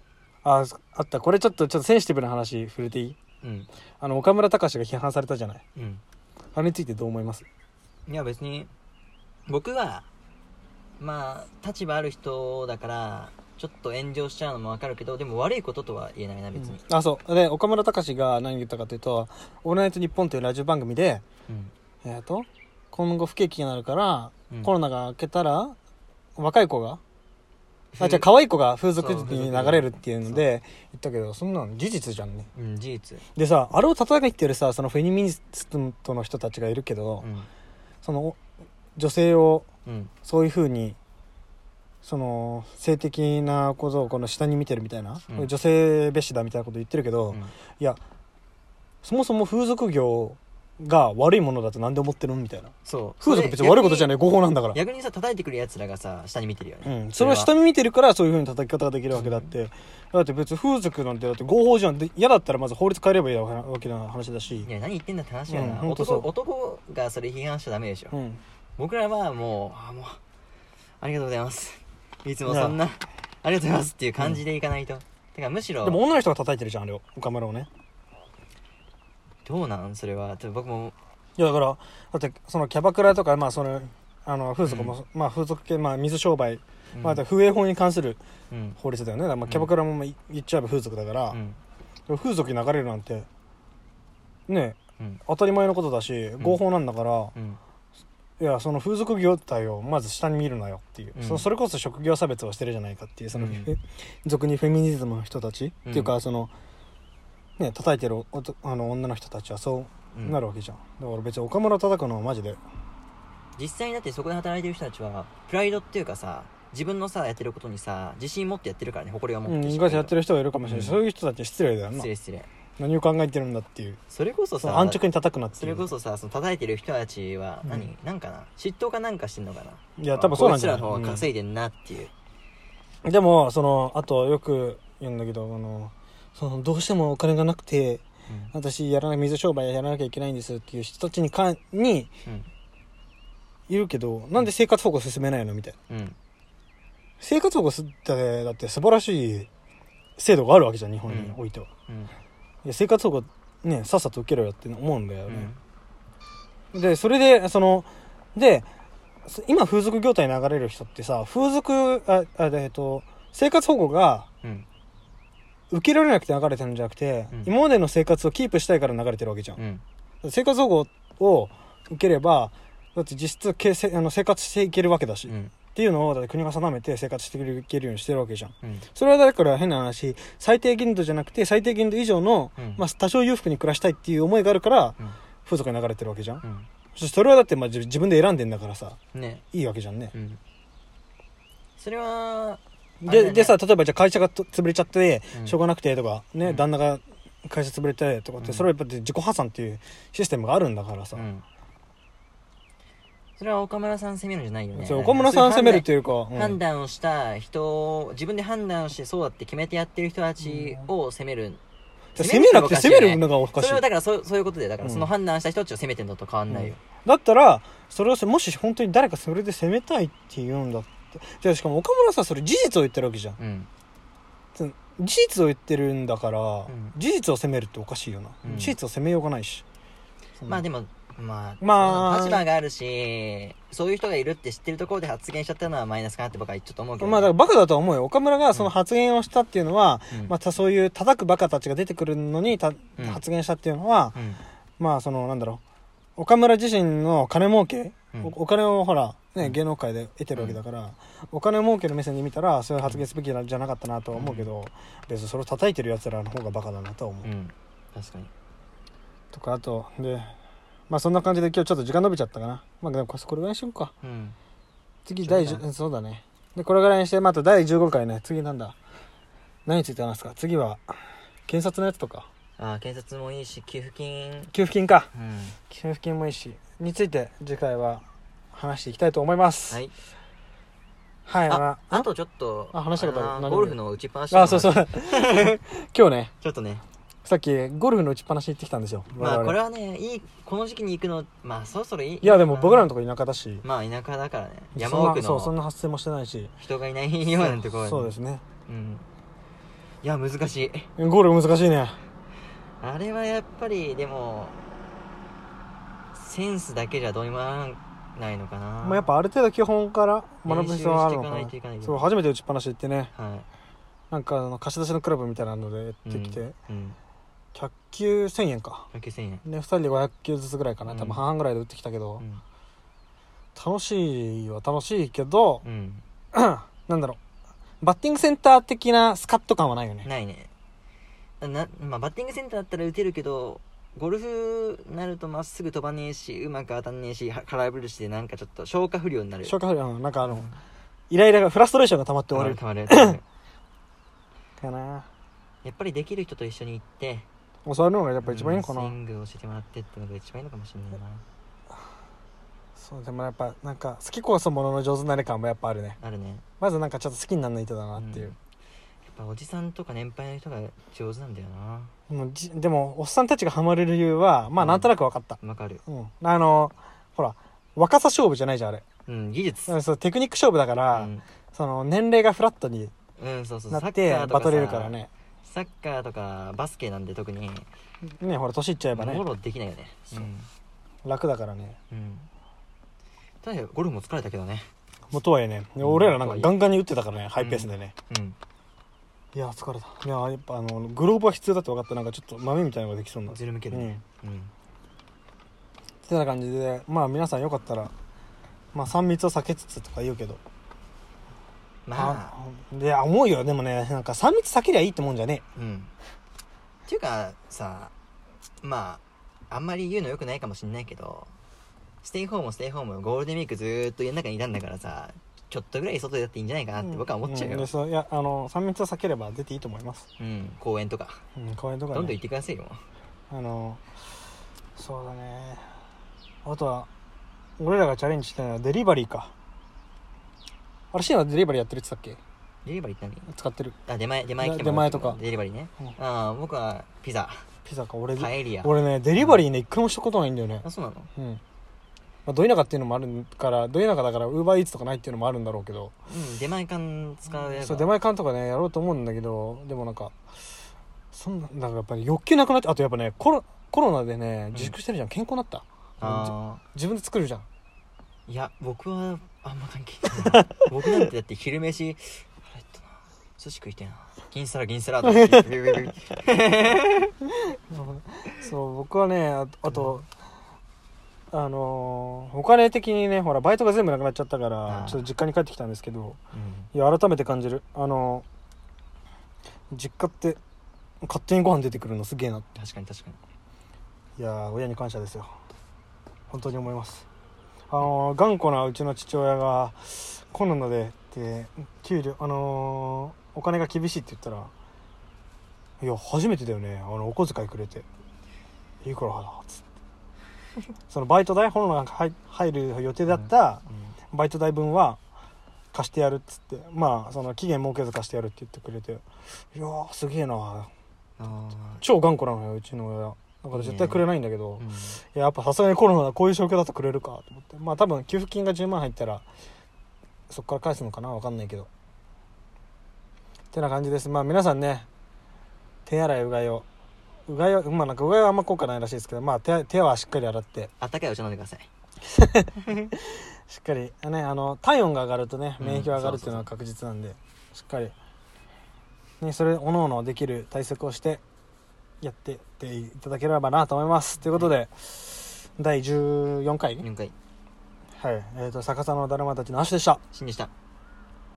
[SPEAKER 1] うああったこれちょっとちょっとセンシティブな話触れていい
[SPEAKER 2] うん
[SPEAKER 1] あの岡村隆史が批判されたじゃない
[SPEAKER 2] うん
[SPEAKER 1] あれについてどう思います
[SPEAKER 2] いや別に僕はまあ立場ある人だからちょっと炎上しちゃうのもわかるけどでも悪いこととは言えないな別に、
[SPEAKER 1] あそうで岡村隆史が何言ったかというと「オールナイトニッポン」というラジオ番組で
[SPEAKER 2] うん
[SPEAKER 1] えっ、と今後不景気になるから、
[SPEAKER 2] うん
[SPEAKER 1] コロナが明けたら若い子があじゃあ可愛い子が風俗
[SPEAKER 2] そう風
[SPEAKER 1] に
[SPEAKER 2] 俗に
[SPEAKER 1] 流れるっていうので言ったけどそんなの事実じゃんね
[SPEAKER 2] うん、事実、
[SPEAKER 1] でさあれを叩いてるさそのフェニミニストの人たちがいるけど、
[SPEAKER 2] うん
[SPEAKER 1] その女性を
[SPEAKER 2] うん、
[SPEAKER 1] そういうふうにその性的なことをこの下に見てるみたいな、
[SPEAKER 2] うん
[SPEAKER 1] 女性蔑視だみたいなこと言ってるけど、
[SPEAKER 2] う
[SPEAKER 1] い
[SPEAKER 2] ん
[SPEAKER 1] やそもそも風俗業が悪いものだとなんで思ってるのみたいな
[SPEAKER 2] そう
[SPEAKER 1] 風俗別に悪いことじゃ
[SPEAKER 2] ない
[SPEAKER 1] ない合法なんだから
[SPEAKER 2] 逆にさ叩いてくるやつらがさ下に見てるよ
[SPEAKER 1] う
[SPEAKER 2] ね、
[SPEAKER 1] ん、それは下見てるからそういうふうに叩き方ができるわけだって、だって別に風俗なんてだって合法じゃんで嫌だったらまず法律変えればいいわけな話だし
[SPEAKER 2] い、や何言ってんだって話や
[SPEAKER 1] うん
[SPEAKER 2] な、
[SPEAKER 1] ほんとそ
[SPEAKER 2] 男
[SPEAKER 1] う
[SPEAKER 2] 男がそれ批判しちゃダメでしょ、
[SPEAKER 1] うん、
[SPEAKER 2] 僕らはもうあもうありがとうございますいつもそんなありがとうございますっていう感じでいかないと、てかむしろ
[SPEAKER 1] でも女の人が叩いてるじゃんあれを岡村をね
[SPEAKER 2] どうなんそれはちょっと僕も
[SPEAKER 1] いやだからだってそのキャバクラとか、まあ、そのあの風俗も、まあ、風俗系、まあ、水商売、
[SPEAKER 2] うん
[SPEAKER 1] まあ、あと風営法に関する
[SPEAKER 2] うん
[SPEAKER 1] 法律だよねだからまあキャバクラもまあい言っちゃえば風俗だから
[SPEAKER 2] う、ん
[SPEAKER 1] 風俗に流れるなんてね
[SPEAKER 2] うん
[SPEAKER 1] 当たり前のことだし合法なんだから、
[SPEAKER 2] うん
[SPEAKER 1] いやその風俗業態をまず下に見るなよっていう、
[SPEAKER 2] うん
[SPEAKER 1] そそれこそ職業差別をしてるじゃないかっていうその、
[SPEAKER 2] うん
[SPEAKER 1] え俗にフェミニズムの人たち、
[SPEAKER 2] うん
[SPEAKER 1] っていうかそのね叩いてるおとあの女の人たちはそううんなるわけじゃん、だから別に岡村叩くのはマジで
[SPEAKER 2] 実際にだってそこで働いてる人たちはプライドっていうかさ自分のさやってることにさ自信持ってやってるからね誇りを持
[SPEAKER 1] う
[SPEAKER 2] っ
[SPEAKER 1] ん
[SPEAKER 2] て
[SPEAKER 1] 意外とやって
[SPEAKER 2] る
[SPEAKER 1] る人がいるかもしれない、
[SPEAKER 2] うん
[SPEAKER 1] そういう人たち失礼だよな
[SPEAKER 2] 失礼失礼
[SPEAKER 1] 何を考えてるんだっていう
[SPEAKER 2] それこそ
[SPEAKER 1] そ
[SPEAKER 2] さ
[SPEAKER 1] の安直に叩くなっていう
[SPEAKER 2] それこそさその叩いてる人たちは
[SPEAKER 1] うん
[SPEAKER 2] 何、なんかな嫉妬かなんかしてんのかない
[SPEAKER 1] や多分そうなんじゃ
[SPEAKER 2] こいつらの方が
[SPEAKER 1] ない、
[SPEAKER 2] 稼いでんなっていう、
[SPEAKER 1] うんでもそのあとよく言うんだけどあのそのどうしてもお金がなくて私やらない水商売やらなきゃいけないんですっていう人たちにかに
[SPEAKER 2] うん
[SPEAKER 1] いるけどなんで生活保護進めないのみたいな
[SPEAKER 2] うんうん
[SPEAKER 1] 生活保護すってだって素晴らしい制度があるわけじゃん日本に
[SPEAKER 2] うん
[SPEAKER 1] おいては、
[SPEAKER 2] うん
[SPEAKER 1] いや生活保護ねさっさと受けろよって思うんだよ
[SPEAKER 2] う
[SPEAKER 1] ね
[SPEAKER 2] ん、
[SPEAKER 1] でそれでそのでそ今風俗業態に流れる人ってさ風俗ああでえっと生活保護が
[SPEAKER 2] うん
[SPEAKER 1] 受けられなくて流れてるんじゃなくて、
[SPEAKER 2] うん
[SPEAKER 1] 今までの生活をキープしたいから流れてるわけじゃん
[SPEAKER 2] うん
[SPEAKER 1] 生活保護を受ければだって実質けせあの生活していけるわけだし、
[SPEAKER 2] う
[SPEAKER 1] っ
[SPEAKER 2] ん
[SPEAKER 1] ていうのをだって国が定めて生活していけるようにしてるわけじゃん
[SPEAKER 2] うん
[SPEAKER 1] それはだから変な話最低限度じゃなくて最低限度以上の、
[SPEAKER 2] うん
[SPEAKER 1] まあ、多少裕福に暮らしたいっていう思いがあるから
[SPEAKER 2] うん
[SPEAKER 1] 風俗に流れてるわけじゃん、
[SPEAKER 2] うん
[SPEAKER 1] そしてそれはだってまあ自自分で選んでんだからさ
[SPEAKER 2] ね
[SPEAKER 1] いいわけじゃんね、
[SPEAKER 2] うんそれはあれだ
[SPEAKER 1] で
[SPEAKER 2] よね
[SPEAKER 1] でさ例えばじゃあ会社がと潰れちゃって、
[SPEAKER 2] うん
[SPEAKER 1] しょうがなくてとかね、
[SPEAKER 2] うん
[SPEAKER 1] 旦那が会社潰れてとかって、
[SPEAKER 2] うん
[SPEAKER 1] それはやっぱり自己破産っていうシステムがあるんだからさ、
[SPEAKER 2] うんそれは岡村さん責めるんじゃないよね
[SPEAKER 1] そう岡村さんを責めるって
[SPEAKER 2] いう
[SPEAKER 1] いうか、う
[SPEAKER 2] 判
[SPEAKER 1] ん
[SPEAKER 2] 断判断をした人自分で判断をしてそうだって決めてやってる人たちを責める、
[SPEAKER 1] 攻めなくて攻めるの
[SPEAKER 2] の
[SPEAKER 1] がおかしい
[SPEAKER 2] それはだからそうそういうことでだか
[SPEAKER 1] う
[SPEAKER 2] ら
[SPEAKER 1] ん
[SPEAKER 2] その判断した人たちを責めてるのと変わんないよ、
[SPEAKER 1] だったらそれをもし本当に誰かそれで攻めたいって言うんだってでしかも岡村さんそれ事実を言ってるわけじゃん
[SPEAKER 2] うん
[SPEAKER 1] その事実を言ってるんだから、
[SPEAKER 2] ん
[SPEAKER 1] 事実を責めるっておかしいよな、
[SPEAKER 2] うん
[SPEAKER 1] 事実を責めようがないし
[SPEAKER 2] まあでもまあ、
[SPEAKER 1] まあ
[SPEAKER 2] 立場があるしそういう人がいるって知ってるところで発言しちゃったのはマイナスかなって僕はちょっと思うけど、
[SPEAKER 1] まあだからバカだとは思うよ岡村がその発言をしたっていうのは、
[SPEAKER 2] うん
[SPEAKER 1] またそういう叩くバカたちが出てくるのにた、
[SPEAKER 2] うん
[SPEAKER 1] 発言したっていうのは、
[SPEAKER 2] うん
[SPEAKER 1] まあそのなんだろう岡村自身の金儲け、
[SPEAKER 2] うん
[SPEAKER 1] おお金をほら、ね
[SPEAKER 2] うん
[SPEAKER 1] 芸能界で得てるわけだから、お金儲けの目線で見たらそういう発言すべきなんじゃなかったなとは思うけど、別にそれを叩いてるやつらの方がバカだなとは思う、
[SPEAKER 2] うん確かに
[SPEAKER 1] とかあとでまあそんな感じで今日ちょっと時間伸びちゃったかなまあでもこれこれぐらいにしようか
[SPEAKER 2] うん
[SPEAKER 1] 次第
[SPEAKER 2] そうだ
[SPEAKER 1] 10そうだねでこれぐらいにしてまた第15回ね次なんだ何について話すか次は検察のやつとか
[SPEAKER 2] あああ検察もいいし給付金
[SPEAKER 1] 給付金か
[SPEAKER 2] うん
[SPEAKER 1] 給付金もいいしについて次回は話していきたいと思います
[SPEAKER 2] はい
[SPEAKER 1] はい、
[SPEAKER 2] あ
[SPEAKER 1] まあ
[SPEAKER 2] あとちょっと
[SPEAKER 1] あ話したことある
[SPEAKER 2] の
[SPEAKER 1] 何
[SPEAKER 2] ゴルフの打ちっぱなしの
[SPEAKER 1] あ
[SPEAKER 2] 話
[SPEAKER 1] あそうそう [laughs] 今日ね
[SPEAKER 2] ちょっとね
[SPEAKER 1] さっきゴルフの打ちっぱなし行ってきたんですよ
[SPEAKER 2] ま
[SPEAKER 1] 我
[SPEAKER 2] あ
[SPEAKER 1] 々
[SPEAKER 2] これはねいいこの時期に行くのまあそろそろい
[SPEAKER 1] い
[SPEAKER 2] い
[SPEAKER 1] やでも僕らのとこ田舎だし
[SPEAKER 2] まあ田舎だからね
[SPEAKER 1] そんな
[SPEAKER 2] 山奥
[SPEAKER 1] そうそん
[SPEAKER 2] の
[SPEAKER 1] な発生もしてないし
[SPEAKER 2] 人がいないようなところに
[SPEAKER 1] そうですね
[SPEAKER 2] うんいや難しい
[SPEAKER 1] ゴルフ難しいね
[SPEAKER 2] あれはやっぱりでもセンスだけじゃどうにもならないのかな
[SPEAKER 1] まあやっぱある程度基本から学ぶ必要はあるのかな
[SPEAKER 2] 練習していかないといけない
[SPEAKER 1] そう初めて打ちっぱなし行ってね
[SPEAKER 2] は
[SPEAKER 1] なんかあの貸し出しのクラブみたいなのでや
[SPEAKER 2] い
[SPEAKER 1] ってきて、
[SPEAKER 2] うん、うん、
[SPEAKER 1] 100球1000円か
[SPEAKER 2] 野球1000円
[SPEAKER 1] ね2人で500球ずつぐらいかな、多
[SPEAKER 2] うん
[SPEAKER 1] 分半々ぐらいで打ってきたけど、
[SPEAKER 2] うん
[SPEAKER 1] 楽しいは楽しいけど、 [clears throat]
[SPEAKER 2] うん
[SPEAKER 1] なんだろうバッティングセンター的なスカッと感はないよね
[SPEAKER 2] ないねな、まあ、バッティングセンターだったら打てるけどゴルフなるとまっすぐ飛ばねえしうまく当たんねえしは空振るしでなんかちょっと消化不良になる
[SPEAKER 1] 消化不良うんなんかあのイライラがフラストレーションが溜まって
[SPEAKER 2] 溜
[SPEAKER 1] 終わ
[SPEAKER 2] まる
[SPEAKER 1] る
[SPEAKER 2] 溜まる
[SPEAKER 1] [laughs]
[SPEAKER 2] 溜
[SPEAKER 1] か
[SPEAKER 2] まる
[SPEAKER 1] な
[SPEAKER 2] やっぱりできる人と一緒に行って
[SPEAKER 1] 教わるのがやっぱ一番いいのかな、
[SPEAKER 2] うんスイングを教えてもらってってのが一番いいのかもしれないな
[SPEAKER 1] そうでもやっぱなんか好きこそものの上手になれ感もやっぱあるね
[SPEAKER 2] あるね
[SPEAKER 1] まずなんかちょっと好きにならないとだなっていう
[SPEAKER 2] やっ、ぱおじさんとか年配の人が上手なんだよな
[SPEAKER 1] もうじでもおっさんたちがハマる理由はまあ
[SPEAKER 2] うん
[SPEAKER 1] なんとなく分かった、
[SPEAKER 2] わかる
[SPEAKER 1] うんあのほら若さ勝負じゃないじゃんあれ
[SPEAKER 2] うん技術
[SPEAKER 1] うんそうテクニック勝負だか
[SPEAKER 2] う
[SPEAKER 1] ら、
[SPEAKER 2] ん、
[SPEAKER 1] その年齢がフラットに
[SPEAKER 2] うん、そうそう
[SPEAKER 1] なって
[SPEAKER 2] サッカーと
[SPEAKER 1] バ
[SPEAKER 2] か
[SPEAKER 1] ト
[SPEAKER 2] さ
[SPEAKER 1] れるからね
[SPEAKER 2] サッカーとかバスケなんで特に
[SPEAKER 1] ねほら年いっちゃえばね
[SPEAKER 2] もろできないよね
[SPEAKER 1] そう楽だからね
[SPEAKER 2] うん、うん、ただゴルフも疲れたけどね
[SPEAKER 1] もうとはいえね、
[SPEAKER 2] うん
[SPEAKER 1] 俺らなんか
[SPEAKER 2] とはいえ
[SPEAKER 1] ガンガンに打ってたからねハイペースでね、
[SPEAKER 2] うん
[SPEAKER 1] いや疲れたいややっぱあのグローブは必要だって分かったなんかちょっと豆みたいなのができそうになって
[SPEAKER 2] ずる向けるねうん、
[SPEAKER 1] てな感じでまあ皆さんよかったらまあ3密を避けつつとか言うけど
[SPEAKER 2] まあ
[SPEAKER 1] いや思うよでもねなんか3密避けりゃいいってもんじゃね
[SPEAKER 2] うんっていうかさまああんまり言うのよくないかもしんないけどステイホームステイホームゴールデンウィークずーっと家の中にいたんだからさちょっとぐらい外でやっていいんじゃないかなって僕は思っちゃうよ、
[SPEAKER 1] んでそういやあの3密を避ければ出ていいと思います
[SPEAKER 2] うん、公園とか、
[SPEAKER 1] うん公園とかね
[SPEAKER 2] どんどん行ってくださいよ
[SPEAKER 1] あのそうだねあとは俺らがチャレンジしたいのはデリバリーかあれシーンはデリバリーやってるって言ってたっ
[SPEAKER 2] デリバリーって
[SPEAKER 1] け使ってる
[SPEAKER 2] 何あ出前出前来て
[SPEAKER 1] 出
[SPEAKER 2] も
[SPEAKER 1] 前
[SPEAKER 2] らう
[SPEAKER 1] とか
[SPEAKER 2] デリバリーね、
[SPEAKER 1] うん
[SPEAKER 2] ああ僕はピザ
[SPEAKER 1] ピザか俺
[SPEAKER 2] パエリア
[SPEAKER 1] 俺ねデリバリーね一回もしたことないんだよね
[SPEAKER 2] あそうなの
[SPEAKER 1] うん、まあ、ど田舎っていうのもあるからど田舎だからウーバーイーツとかないっていうのもあるんだろうけど
[SPEAKER 2] うん出前館使うやつ
[SPEAKER 1] そう出前館とかねやろうと思うんだけどでもなんかそんなだからやっぱり欲求なくなってあとやっぱねコロコロナでね自粛してるじゃん、健康になった
[SPEAKER 2] あ
[SPEAKER 1] じ自分で作るじゃん
[SPEAKER 2] ーいや僕はあんま関係な
[SPEAKER 1] [laughs]
[SPEAKER 2] いな僕なんてだって昼飯腹減ったな寿司食いたいな銀サラ銀
[SPEAKER 1] [laughs]
[SPEAKER 2] サラとか言ってビビビビビ
[SPEAKER 1] そう僕はねああと、あのーお金的にねほらバイトが全部なくなっちゃったから
[SPEAKER 2] あー
[SPEAKER 1] ちょっと実家に帰ってきたんですけど
[SPEAKER 2] うん
[SPEAKER 1] いや改めて感じるあのー実家って勝手にご飯出てくるのすげえなって
[SPEAKER 2] 確かに確かに
[SPEAKER 1] いやー親に感謝ですよ本当に思いますあのー頑固なうちの父親がコロナでって給料あのーお金が厳しいって言ったらいや初めてだよねあのお小遣いくれていいからっつってそのバイト代本来入入る予定だったバイト代分は貸してやるっつってまあその期限設けず貸してやるって言ってくれていやーすげえな
[SPEAKER 2] ああ
[SPEAKER 1] 超頑固なのようちの親だから絶対くれないんだけど、
[SPEAKER 2] うん
[SPEAKER 1] いややっぱさすがにコロナだこういう状況だとくれるかと思ってまあ多分給付金が10万入ったらそっから返すのかなわかんないけどてな感じですまあ皆さんね手洗いうがいをうがいはまあなんかうがいはあんま効果ないらしいですけどまあ手手はしっかり洗って
[SPEAKER 2] あったかいお茶飲んでください
[SPEAKER 1] しっかりねあの体温が上がるとね
[SPEAKER 2] うん
[SPEAKER 1] 免疫が上がるっていうのは確実なんで、しっかり、ね、それおのおのできる対策をしてやってっていただければなと思いますということで第14回
[SPEAKER 2] 4回
[SPEAKER 1] はい、えっ、と、逆さのだるまたちの足でした。
[SPEAKER 2] 死んでした